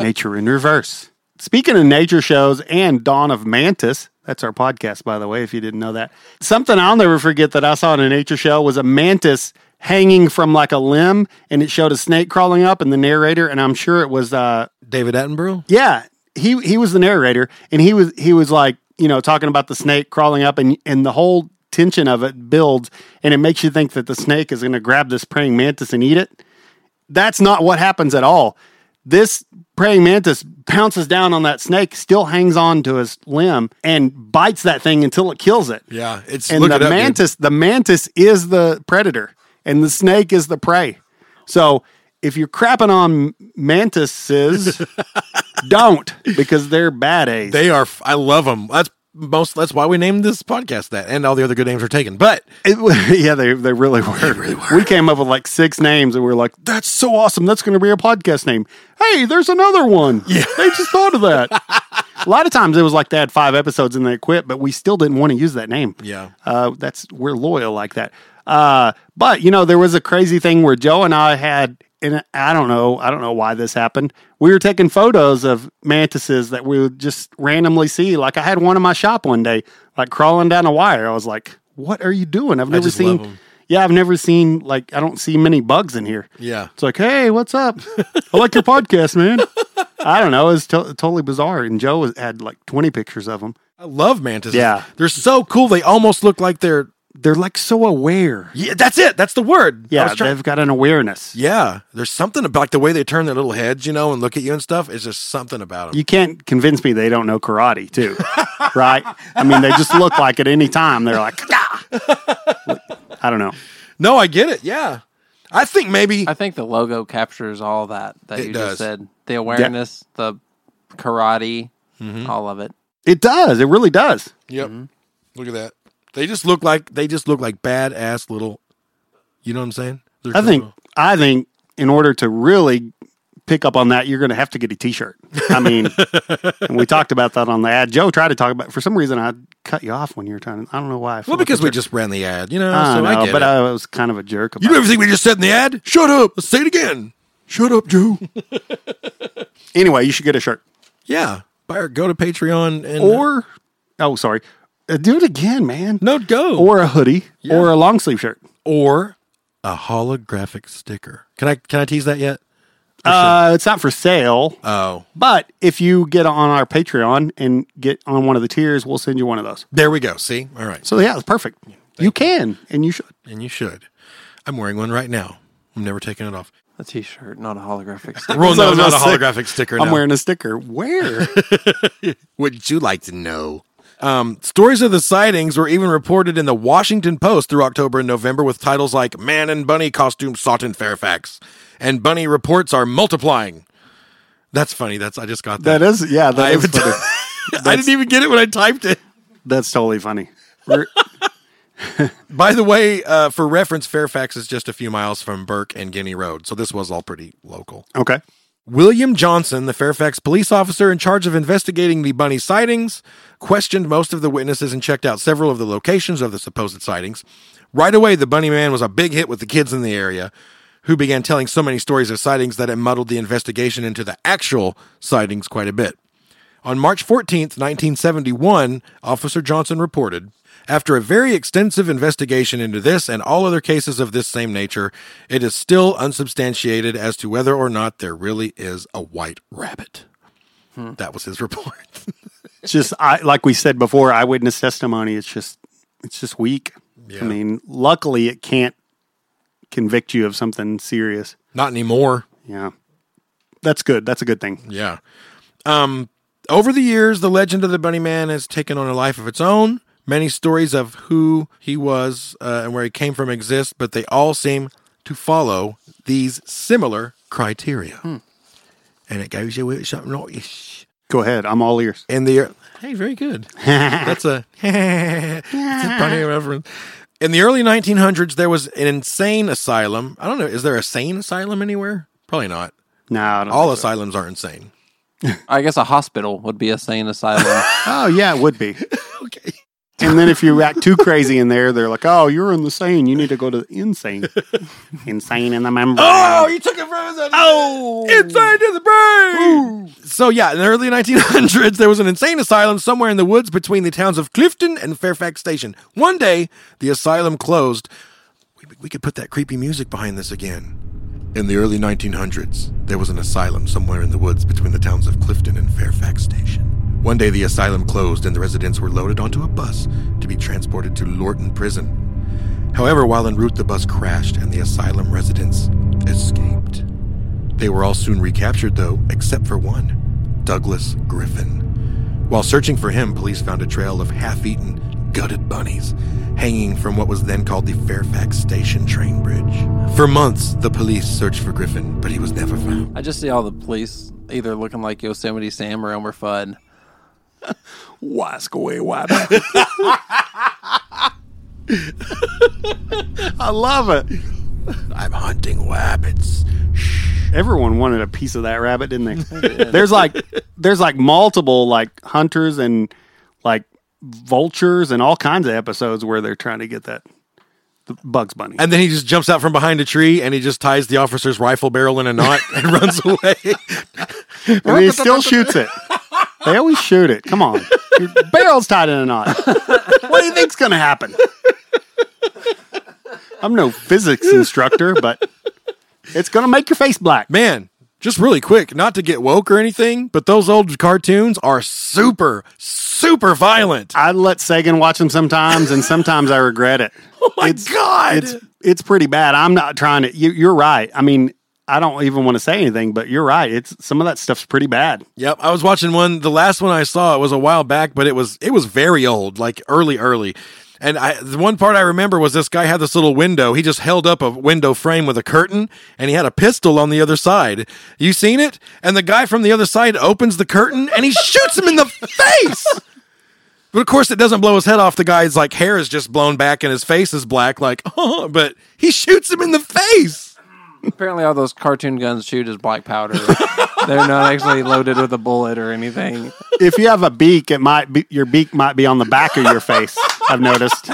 nature in reverse. Speaking of nature shows and Dawn of Mantis, that's our podcast, by the way, if you didn't know that. Something I'll never forget that I saw in a nature show was a mantis hanging from like a limb and it showed a snake crawling up and the narrator, and I'm sure it was uh David Attenborough? yeah, he he was the narrator, and he was he was like you know talking about the snake crawling up, and and the whole tension of it builds, and it makes you think that the snake is going to grab this praying mantis and eat it. That's not what happens at all. This praying mantis pounces down on that snake, still hangs on to his limb, and bites that thing until it kills it. Yeah, it's And look the it up, dude. mantis, the mantis is the predator, and the snake is the prey. So if you're crapping on mantises, don't because they're bad A's. They are. f- I love them. That's most. That's why we named this podcast that, and all the other good names were taken. But It wa- yeah, they they really were. We came up with like six names, and we are like, "That's so awesome! That's going to be our podcast name." Hey, there's another one. Yeah, they just thought of that. A lot of times it was like they had five episodes and they quit, but we still didn't want to use that name. Yeah. uh, that's we're loyal like that. Uh, but you know, there was a crazy thing where Joe and I had, and I don't know, I don't know why this happened. We were taking photos of mantises that we would just randomly see. Like I had one in my shop one day, like crawling down a wire. I was like, "What are you doing?" I've never just seen. love 'em. Yeah, I've never seen like I don't see many bugs in here. yeah, It's like, hey, what's up? I like your podcast, man. I don't know. It's to- totally bizarre. And Joe was- had like twenty pictures of them. I love mantises. Yeah. they're so cool. They almost look like they're. They're like so aware. Yeah, that's it. That's the word. I Yeah, was trying- they've got an awareness. Yeah, there's something about like the way they turn their little heads, you know, and look at you and stuff. It's just something about them. You can't convince me they don't know karate, too, right? I mean, they just look like at any time they're like, "Gah!" I don't know. No, I get it. Yeah, I think maybe I think the logo captures all that that It you does. just said. The awareness, the Mm-hmm. karate, all of it. It does. It really does. Yep. Look at that. They just look like they just look like badass little. You know what I'm saying? They're I think cool. I think in order to really pick up on that, you're going to have to get a T-shirt. I mean, and we talked about that on the ad. Joe tried to talk about. For some reason, I cut you off when you were trying. I don't know why. I feel Well, like because a we jerk. just ran the ad, you know. I so know, I get but uh, it. I was kind of a jerk. About you know everything we just said in the ad? Shut up! Let's say it again. Shut up, Joe. it. Anyway, you should get a shirt. yeah, buy or go to Patreon and uh, Or oh, sorry, Uh, do it again, man. no go or a hoodie or a long sleeve shirt. or a holographic sticker. Can I can I tease that yet? Uh, it's not for sale, Oh, but if you get on our Patreon and get on one of the tiers, we'll send you one of those. there we go. See, all right, So yeah, it's perfect. you can and you should. and you should. I'm wearing one right now. I'm never taking it off. A T-shirt, not a holographic sticker. Well, So I no, was not a gonna say, holographic sticker. I'm no. wearing a sticker. Where? Would you like to know? Um, stories of the sightings were even reported in the Washington Post through October and November with titles like Man and Bunny Costume Sought in Fairfax and Bunny Reports Are Multiplying. That's funny. That's I just got that. that is yeah. I, That is haven't- funny. I didn't even get it when I typed it. That's totally funny. We're- By the way, uh, for reference, Fairfax is just a few miles from Burke and Guinea Road, so this was all pretty local. okay. William Johnson, the Fairfax police officer in charge of investigating the bunny sightings, questioned most of the witnesses and checked out several of the locations of the supposed sightings. Right away, the bunny man was a big hit with the kids in the area, who began telling so many stories of sightings that it muddled the investigation into the actual sightings quite a bit. On March 14th, 1971, Officer Johnson reported After a very extensive investigation into this and all other cases of this same nature, it is still unsubstantiated as to whether or not there really is a white rabbit. That was his report. It's just I like we said before, eyewitness testimony. It's just it's just weak. I mean, luckily it can't convict you of something serious. not anymore. Yeah. That's good. That's a good thing. Yeah. Um, over the years, the legend of the Bunny Man has taken on a life of its own. Many stories of who he was uh, and where he came from exist, but they all seem to follow these similar criteria. And it goes away with something like this. Go ahead. I'm all ears. And the hey, very good. That's a that's a funny reference. In the early 1900s, there was an insane asylum. I don't know. Is there a sane asylum anywhere? Probably not. No, I don't All think so. asylums are insane. I guess a hospital would be a sane asylum. Oh yeah, it would be. Okay. And then if you act too crazy in there, they're like, "Oh, you're in the sane. You need to go to the insane, insane in the membrane." Oh, you took it from the oh inside of the brain. So yeah, in the early 1900s, there was an insane asylum somewhere in the woods between the towns of Clifton and Fairfax Station. One day, the asylum closed. We, we could put that creepy music behind this again. In the early 1900s, there was an asylum somewhere in the woods between the towns of Clifton and Fairfax Station. One day, the asylum closed and the residents were loaded onto a bus to be transported to Lorton Prison. However, while en route, the bus crashed and the asylum residents escaped. They were all soon recaptured, though, except for one Douglas Griffin. While searching for him, police found a trail of half eaten, gutted bunnies hanging from what was then called the Fairfax Station train bridge. For months, the police searched for Griffin, but he was never found. I just see all the police either looking like Yosemite Sam or Elmer Fudd. Whisk away, wipe. I love it. I'm hunting rabbits. Everyone wanted a piece of that rabbit, didn't they? there's like, there's like multiple like hunters and like vultures and all kinds of episodes where they're trying to get that the Bugs Bunny. And then he just jumps out from behind a tree and he just ties the officer's rifle barrel in a knot and runs away. and he still shoots it. They always shoot it. Come on. Your barrel's tied in a knot. What do you think's going to happen? I'm no physics instructor, but it's going to make your face black. man, just really quick, not to get woke or anything, but those old cartoons are super, super violent. I let Sagan watch them sometimes, and sometimes I regret it. Oh my god! It's it's pretty bad. I'm not trying to. You, you're right. I mean, I don't even want to say anything, but you're right. It's some of that stuff's pretty bad. yep, I was watching one. The last one I saw it was a while back, but it was it was very old, like early, early. And I, the one part I remember was this guy had this little window. He just held up a window frame with a curtain, and he had a pistol on the other side. You seen it? And the guy from the other side opens the curtain, and he shoots him in the face. But of course, it doesn't blow his head off. The guy's like hair is just blown back and his face is black. Like, oh, but he shoots him in the face. Apparently, all those cartoon guns shoot as black powder. They're not actually loaded with a bullet or anything. If you have a beak, it might be your beak might be on the back of your face. I've noticed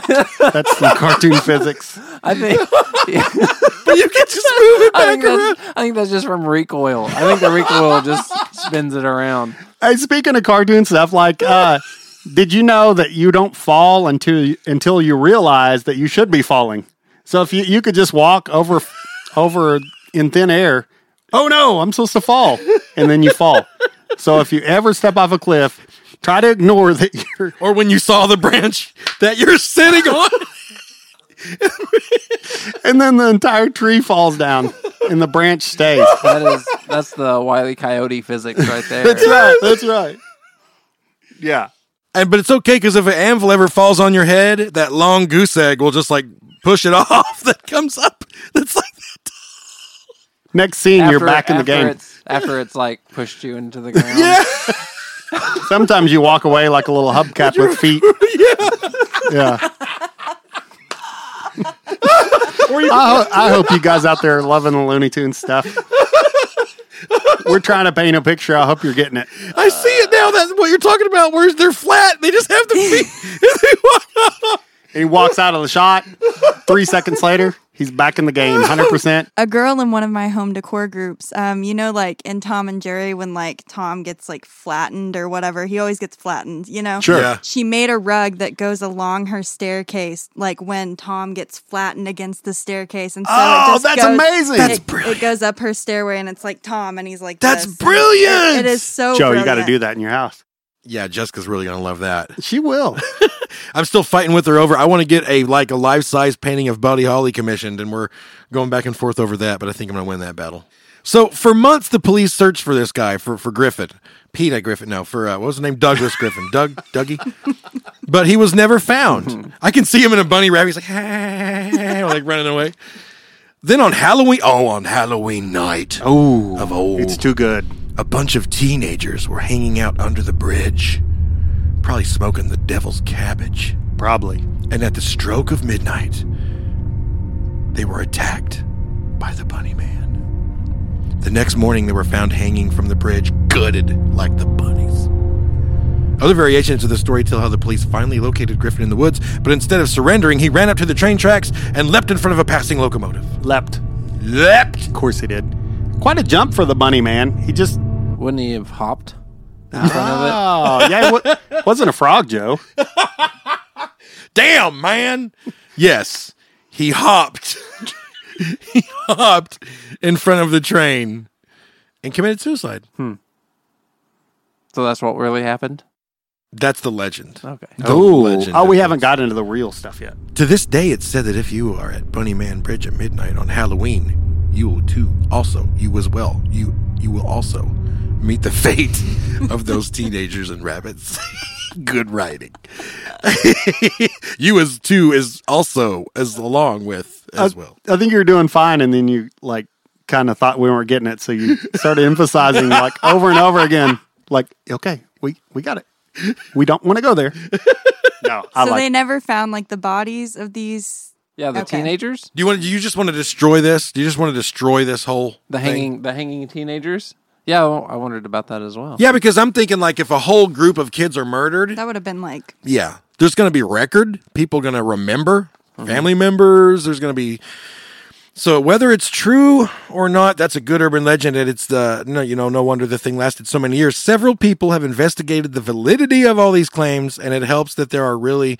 that's some cartoon physics. I think. But you can just move it I back think, around. that's, I think that's just from recoil. I think the recoil just spins it around. Hey, speaking of cartoon stuff, like, uh, did you know that you don't fall until until you realize that you should be falling? So if you, you could just walk over over in thin air, oh no, I'm supposed to fall, and then you fall. So if you ever step off a cliff, try to ignore that you're. Or when you saw the branch that you're sitting on. And then the entire tree falls down, and the branch stays. That is that's the wily coyote physics right there. That's right. That's right. Yeah. And but it's okay because if an anvil ever falls on your head, that long goose egg will just like push it off. That comes up. That's like Next scene, After- you're back in the after game. It's, after it's like pushed you into the ground. yeah, Sometimes you walk away like a little hubcap with feet. Yeah. I, ho- I hope you guys out there are loving the Looney Tunes stuff. We're trying to paint a picture. I hope you're getting it. I see it now. That's what you're talking about. Where's they're flat? They just have to feet. and they walk off. And he walks out of the shot. Three seconds later, he's back in the game, 100%. a girl in one of my home decor groups. Um, you know, like in Tom and Jerry, when like Tom gets like flattened or whatever, he always gets flattened. You know, Sure. Yeah. She made a rug that goes along her staircase, like when Tom gets flattened against the staircase, and so Oh, it just that's goes- amazing. That's it, brilliant. It goes up her stairway, and it's like Tom, and he's like, That's this. brilliant. It, it is Oh, so. Joe, you got to brilliant. do that in your house. Yeah, Jessica's really gonna love that. She will. I'm still fighting with her over. I want to get a like a life size painting of Buddy Holly commissioned, and we're going back and forth over that. But I think I'm going to win that battle. So for months, the police searched for this guy for for Griffin, Peter Griffin. No, for uh, what was his name? Douglas Griffin, Doug Dougie. But he was never found. I can see him in a bunny rabbit. He's like, like running away. Then on Halloween, oh, on Halloween night, oh, of old, It's too good. a bunch of teenagers were hanging out under the bridge, probably smoking the devil's cabbage. Probably. And at the stroke of midnight, they were attacked by the bunny man. The next morning, they were found hanging from the bridge, gutted like the bunnies. Other variations of the story tell how the police finally located Griffin in the woods, but instead of surrendering, he ran up to the train tracks and leapt in front of a passing locomotive. Leapt. Leapt! Of course he did. Quite a jump for the bunny man. He just. Wouldn't he have hopped in front of Oh, yeah. It wasn't a frog, Joe. Damn, man! Yes, he hopped. he hopped in front of the train and committed suicide. it? So that's what really happened. That's the legend. Okay. The legend Oh, we of- haven't got into the real stuff yet. To this day, it's said that if you are at Bunnyman Bridge at midnight on Halloween, you will too. Also, you as well. You you will also meet the fate of those teenagers and rabbits. Good writing. you as too is also as along with as I, well. I think you were doing fine, and then you like kind of thought we weren't getting it, so you started emphasizing like over and over again, like okay, we we got it. We don't want to go there. No, I So like. they never found like the bodies of these. Yeah, the Okay. teenagers, Do you want? Do you just want to destroy this? Do you just want to destroy this whole the thing? hanging, the hanging teenagers. Yeah, I I wondered about that as well. Yeah, because I'm thinking like if a whole group of kids are murdered, That would have been like Yeah. There's going to be record. People going to remember. Family members. There's going to be. So whether it's true or not, that's a good urban legend, and it's the no, you know, no wonder the thing lasted so many years. Several people have investigated the validity of all these claims, and it helps that there are really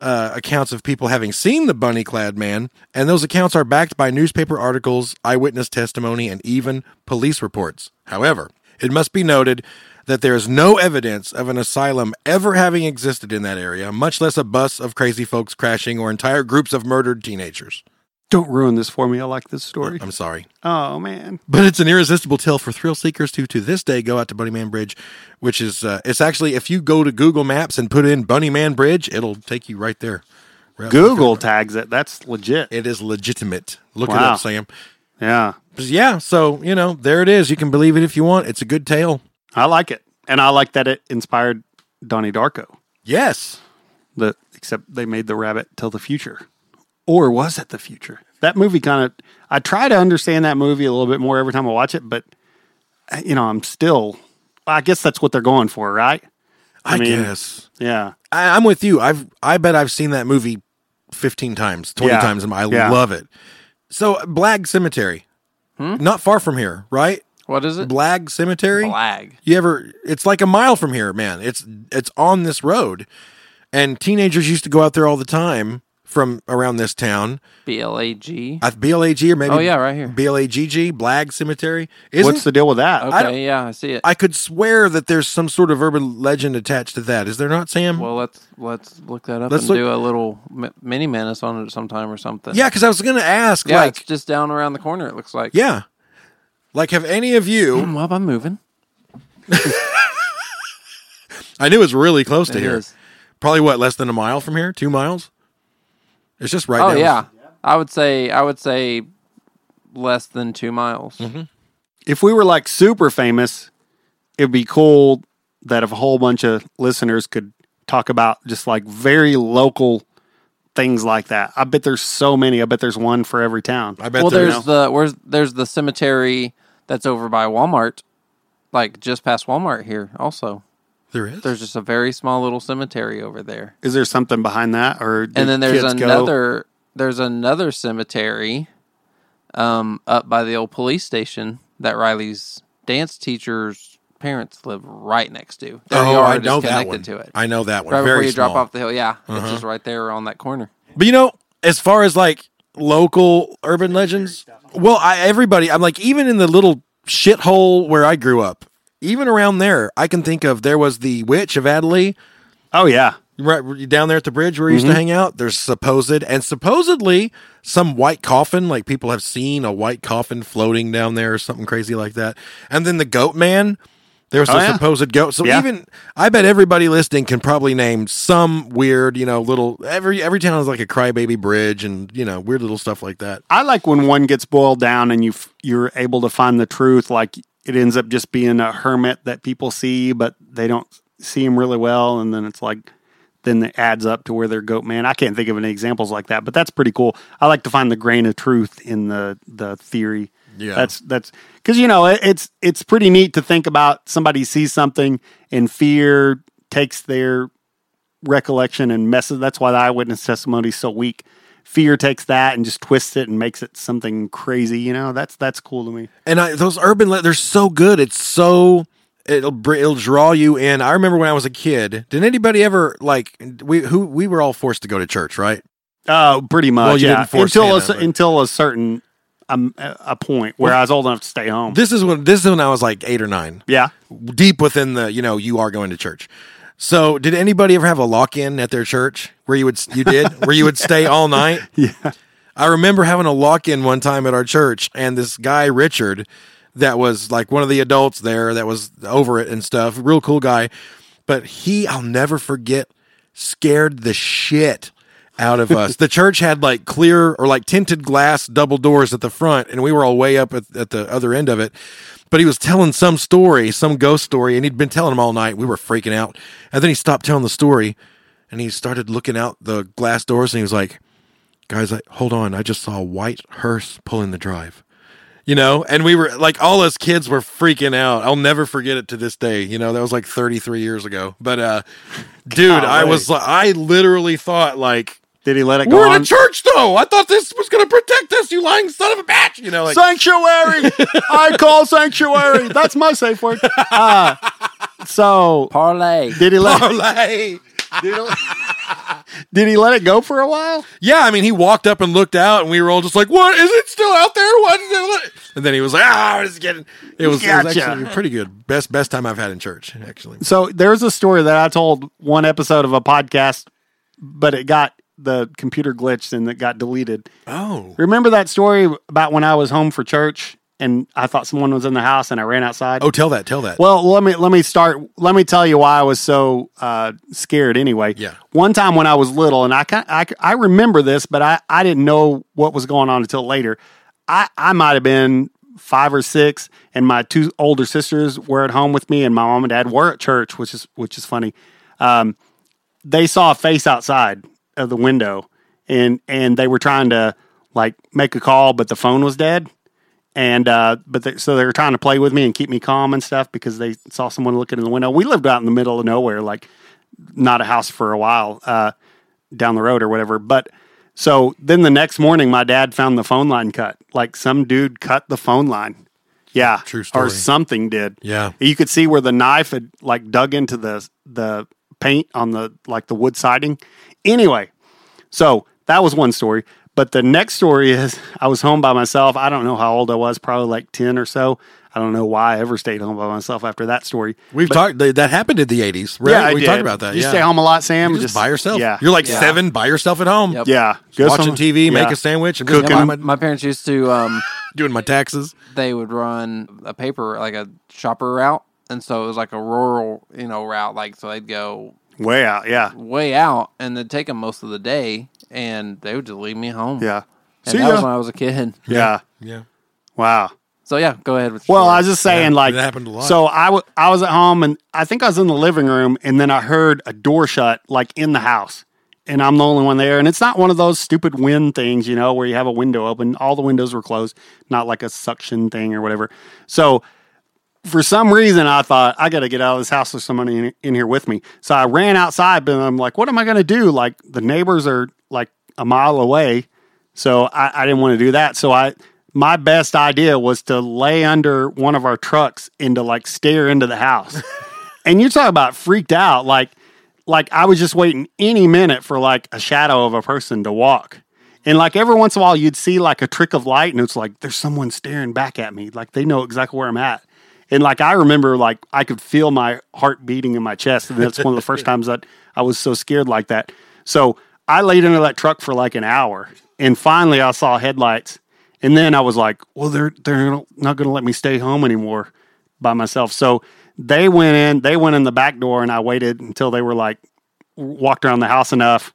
uh, accounts of people having seen the bunny-clad man, and those accounts are backed by newspaper articles, eyewitness testimony, and even police reports. However, it must be noted that there is no evidence of an asylum ever having existed in that area, much less a bus of crazy folks crashing or entire groups of murdered teenagers. don't ruin this for me. I like this story. I'm sorry. Oh man, But it's an irresistible tale for thrill seekers who, to this day, go out to Bunny Man Bridge, which is uh, it's actually if you go to Google Maps and put in Bunny Man Bridge, it'll take you right there. Right up to the Google front. tags it. That's legit. It is legitimate. Look it Wow. up, Sam. yeah, But yeah, so you know there it is. You can believe it if you want. It's a good tale. I like it, and I like that it inspired Donnie Darko. Yes. The except they made the rabbit tell the future, or was it the future? That movie kind of. I try to understand that movie a little bit more every time I watch it, but uh, you know, I'm still. I guess that's what they're going for, right? I, mean- guess. Yeah, I, I'm with you. I've I bet I've seen that movie 15 times, 20 Yeah. times. I Yeah. love it. So Blag Cemetery. Hmm? Not far from here, right? What is it? Blag Cemetery? Blag. You ever it's like a mile from here, man. It's it's on this road. And teenagers used to go out there all the time from around this town. B L A G. At BLAG or maybe Oh, yeah, right here. BLAGG, Blag Cemetery. Isn't, Oh. what's the deal with that? I don't- Okay, yeah, I see it. I could swear that there's some sort of urban legend attached to that. Is there not, Sam? Well, let's let's look that up Let's and look- do a little mi- mini menace on it sometime or something. yeah, because I was going to ask, yeah, like, it's just down around the corner. It looks like. yeah, like, have any of you? Well, I'm moving. I knew it was really close to It here. is. Probably what less than a mile from here, two miles. It's just right. Oh down- yeah, I would say I would say less than two miles. if we were like super famous, it'd be cool that if a whole bunch of listeners could talk about just like very local things like that. I bet there's so many. I bet there's one for every town. I bet well, there's. there's the where's there's the cemetery that's over by Walmart, like just past Walmart here. Also, there is. there's just a very small little cemetery over there, Is there something behind that, or do and then there's kids go- another there's another cemetery, um, up by the old police station that Riley's dance teacher's parents live right next to. Their oh, I yard is know that connected one. to it. I know that one. Right Very before you small. Uh-huh. drop off the hill, yeah, it's just right there on that corner. But you know, as far as like local urban legends, well, I, everybody, I'm like, even in the little shithole where I grew up, even around there, I can think of there was the witch of Adelie Oh yeah, right down there at the bridge where we Mm-hmm. used to hang out. There's supposed and supposedly some white coffin, like people have seen a white coffin floating down there or something crazy like that. And then the goat man. There was Oh, a yeah. supposed goat. So Yeah. even I bet everybody listening can probably name some weird, you know, little every every town is like a crybaby bridge and you know weird little stuff like that. I like when one gets boiled down and you f- you're able to find the truth. Like it ends up just being a hermit that people see, but they don't see him really well, and then it's like then it adds up to where they're goat man. I can't think of any examples like that, but that's pretty cool. I like to find the grain of truth in the the theory. Yeah. that's that's because you know it, it's it's pretty neat to think about somebody sees something and fear takes their recollection and messes. That's why the eyewitness testimony is so weak. Fear takes that and just twists it and makes it something crazy. You know, that's that's cool to me. And I, those urban, le- they're so good. It's so it'll br- it'll draw you in. I remember when I was a kid. Did anybody ever like we who we were all forced to go to church, right? Oh, pretty much. Well, you yeah. didn't force until a, Hannah, cer- but- until a certain um, a a point where I was old enough to stay home. This is when this is when I was like eight or nine, yeah. deep within the you know you are going to church. So did anybody ever have a lock in at their church where you would you did where you would stay all night? Yeah. I remember having a lock in one time at our church, and this guy Richard, that was like one of the adults there that was over it and stuff, real cool guy, but he I'll never forget scared the shit out of us. the church had like clear or like tinted glass double doors at the front, and we were all way up at, at the other end of it. But he was telling some story, some ghost story, and he'd been telling them all night. We were freaking out. And then he stopped telling the story and he started looking out the glass doors and he was like, Guys, I, hold on. I just saw a white hearse pull in the drive. You know, and we were like, all us kids were freaking out. I'll never forget it to this day. You know, that was like 33 years ago. But, uh, dude, I Golly. was like, I literally thought, like, Did he let it go we're in on? a church though. I thought this was going to protect us, you lying son of a bitch. You know, like, sanctuary. I call sanctuary. That's my safe word. Uh, so Parlay. did he let parlay. did he let it go for a while? Yeah, I mean, he walked up and looked out, and we were all just like, "What is it still out there? What?" Is it? What?" And then he was like, "Ah, it's getting." It was, it was Gotcha. actually pretty good. Best best time I've had in church, actually. So there's a story that I told one episode of a podcast, but it got the computer glitched and it got deleted. Oh, Remember that story about when I was home for church and I thought someone was in the house and I ran outside? oh, tell that, tell that. Well, let me let me start. Let me tell you why I was so uh, scared. Anyway, Yeah. One time when I was little, and I kind I, I remember this, but I I didn't know what was going on until later. I I might have been five or six, and my two older sisters were at home with me, and my mom and dad were at church, which is which is funny. Um, they saw a face outside of the window and and they were trying to like make a call but the phone was dead and uh but they, so they were trying to play with me and keep me calm and stuff because they saw someone looking in the window we lived out in the middle of nowhere like not a house for a while uh down the road or whatever but so then the next morning my dad found the phone line cut like some dude cut the phone line yeah True or story. something did Yeah. you could see where the knife had like dug into the the paint on the like the wood siding. Anyway, so that was one story. But the next story is I was home by myself. I don't know how old I was, probably like 10 or so. I don't know why I ever stayed home by myself after that story. We've talked that that happened in the eighties, right? I we did. talked about that. You yeah. stay home a lot, Sam. You're just by yourself. Yeah. You're like Yeah. seven by yourself at home. Yep. yeah. Just Go watching some- TV, make yeah. a sandwich, and Cooking. cooking, My, my parents used to. Um, doing my taxes. they would run a paper like a shopper route, and so it was like a rural, you know, route. Like so, they'd go Way out. Yeah. way out, and they'd take them most of the day, and they would just leave me home. Yeah. and See that was ya. when I was a kid. yeah. Yeah. Wow. So yeah, go ahead with. your Well, story. I was just saying, Yeah, like, that happened a lot. So I wa- I was at home, and I think I was in the living room, and then I heard a door shut, like in the house, and I'm the only one there. And it's not one of those stupid wind things, you know, where you have a window open. All the windows were closed, not like a suction thing or whatever. So for some reason, I thought I got to get out of this house. There's somebody in, in here with me. So I ran outside, but I'm like, what am I going to do? Like the neighbors are like a mile away, so I, I didn't want to do that. So I, my best idea was to lay under one of our trucks and to like stare into the house. and you talk about freaked out, like, like I was just waiting any minute for like a shadow of a person to walk. And like every once in a while, you'd see like a trick of light, and it's like there's someone staring back at me. Like they know exactly where I'm at. And like I remember, like I could feel my heart beating in my chest, and that's one of the first times that I was so scared like that. So I laid under that truck for like an hour, and finally I saw headlights. And then I was like, well, they're they're not going to let me stay home anymore by myself. So they went in, they went in the back door, and I waited until they were like walked around the house enough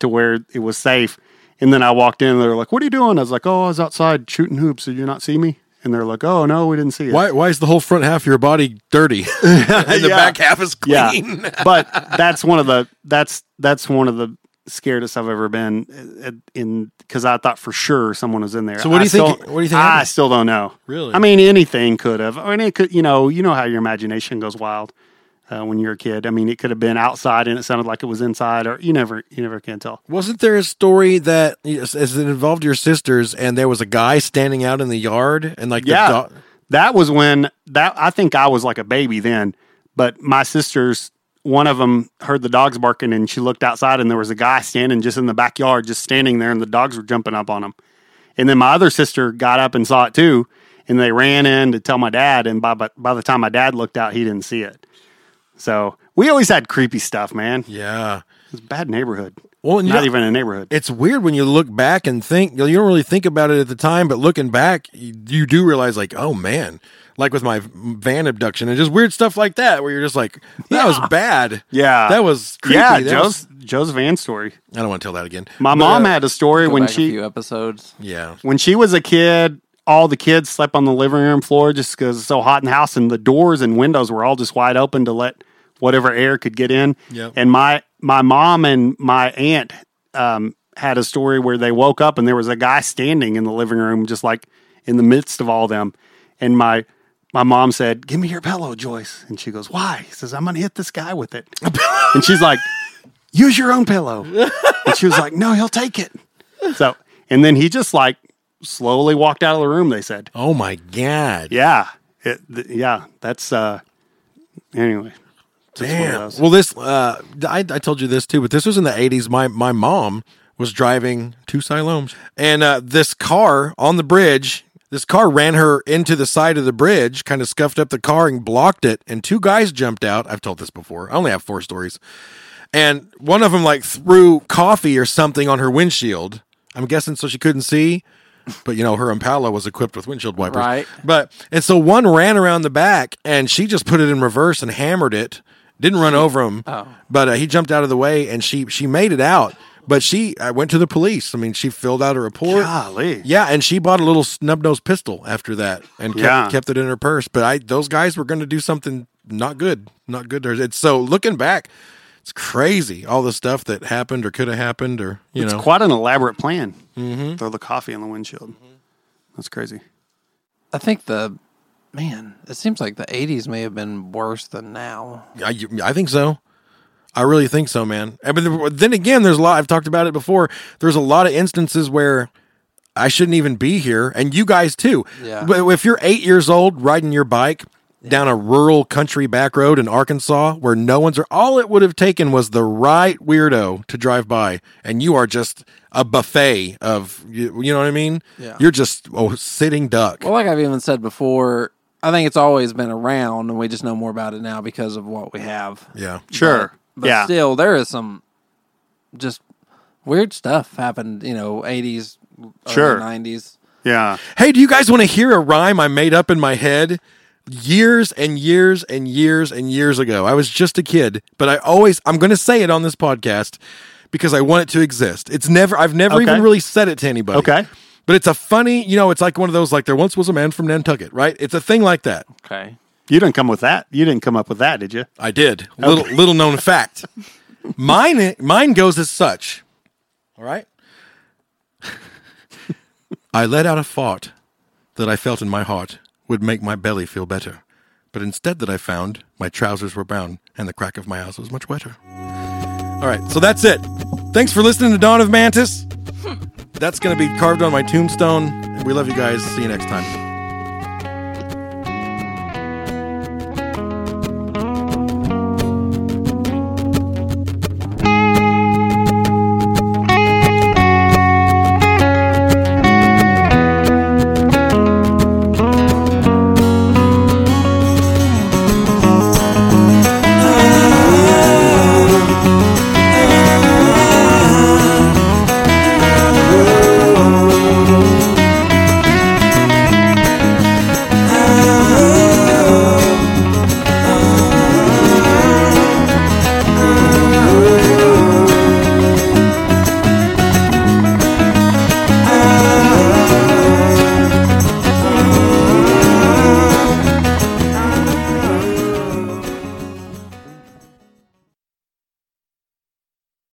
to where it was safe. And then I walked in, and they're like, "What are you doing?" I was like, "Oh, I was outside shooting hoops. Did you not see me?" And they're like, "Oh no, we didn't see you." Why? Why is the whole front half of your body dirty, and the Yeah. back half is Yeah, clean? but that's one of the that's that's one of the scariest I've ever been uh, uh, in because I thought for sure someone was in there. So what do I you think- still- what do you think I happened? still don't know. Really? I mean, anything could have. I mean, it could. You know, you know how your imagination goes wild uh, when you're a kid. I mean, it could have been outside and it sounded like it was inside, or you never you never can tell. Wasn't there a story that yes, as it involved your sisters, and there was a guy standing out in the yard, and like yeah, the dog, that was when that I think I was like a baby then. But my sisters, one of them heard the dogs barking, and she looked outside, and there was a guy standing just in the backyard, just standing there, and the dogs were jumping up on him. And then my other sister got up and saw it too, and they ran in to tell my dad. And by by, by the time my dad looked out, he didn't see it. So we always had creepy stuff, man. It yeah. was a bad neighborhood. Well, and you Not know- even a neighborhood. It's weird when you look back and think. You, know, you don't really think about it at the time, but looking back, you, you do realize, like, oh man, like with my van abduction and just weird stuff like that, where you're just like, that was bad. yeah, that was creepy. yeah. that Joe's was- Joe's van story. I don't want to tell that again. My But, mom uh, had a story Go when back she a few episodes. yeah. when she was a kid, all the kids slept on the living room floor just because it's so hot in the house, and the doors and windows were all just wide open to let whatever air could get in. Yep. And my my mom and my aunt um, had a story where they woke up and there was a guy standing in the living room, just like in the midst of all them. And my my mom said, "Give me your pillow, Joyce." And she goes, "Why?" He says, "I'm gonna hit this guy with it." and she's like, "Use your own pillow." and she was like, "No, he'll take it." So, and then he just like slowly walked out of the room. They said, Oh my god. "Yeah, it, th- yeah, that's uh." Anyway, just one of Damn. those. Well, this uh, I, I told you this too, but this was in the '80s. My my mom was driving to Siloams, and uh, this car on the bridge. This car ran her into the side of the bridge, kind of scuffed up the car and blocked it. And two guys jumped out. I've told this before. I only have four stories. And one of them like threw coffee or something on her windshield. I'm guessing so she couldn't see. But you know, her Impala was equipped with windshield wipers. Right. But and so one ran around the back, and she just put it in reverse and hammered it. Didn't run over him, Oh. but uh, he jumped out of the way, and she she made it out. But she I went to the police. I mean, she filled out a report. golly, Yeah, and she bought a little snub nosed pistol after that, and kept, Yeah. kept it in her purse. But I those guys were going to do something not good, not good. to her. It's so looking back, It's crazy. All the stuff that happened or could have happened or, you It's know. Mm-hmm. quite an elaborate plan. Throw the coffee in the windshield. That's crazy. I think the man. It seems like the '80s may have been worse than now. I, you- I think so. I really think so, man. I mean, there- then again, there's a lot. I've talked about it before. There's a lot of instances where I shouldn't even be here, and you guys too. Yeah. But if you're eight years old riding your bike down a rural country back road in Arkansas where no one's, all it would have taken was the right weirdo to drive by, and you are just a buffet of, you, you know what I mean? Yeah. You're just a sitting duck. Well, like I've even said before, I think it's always been around, and we just know more about it now because of what we have. yeah. Sure. But yeah. still, there is some just weird stuff happened. You know, '80s, Sure. '90s. yeah. Hey, do you guys want to hear a rhyme I made up in my head years and years and years and years ago? I was just a kid, but I always I'm going to say it on this podcast because I want it to exist. It's never I've never Okay. even really said it to anybody. Okay. But it's a funny, you know, it's like one of those like there once was a man from Nantucket, right? It's a thing like that. Okay. You didn't come with that. You didn't come up with that, did you? I did. Little little known fact. Mine mine goes as such. All right. I let out a fart that I felt in my heart would make my belly feel better, but instead that I found my trousers were brown and the crack of my ass was much wetter. All right, so that's it. Thanks for listening to Dawn of Mantis. That's going to be carved on my tombstone. We love you guys. See you next time.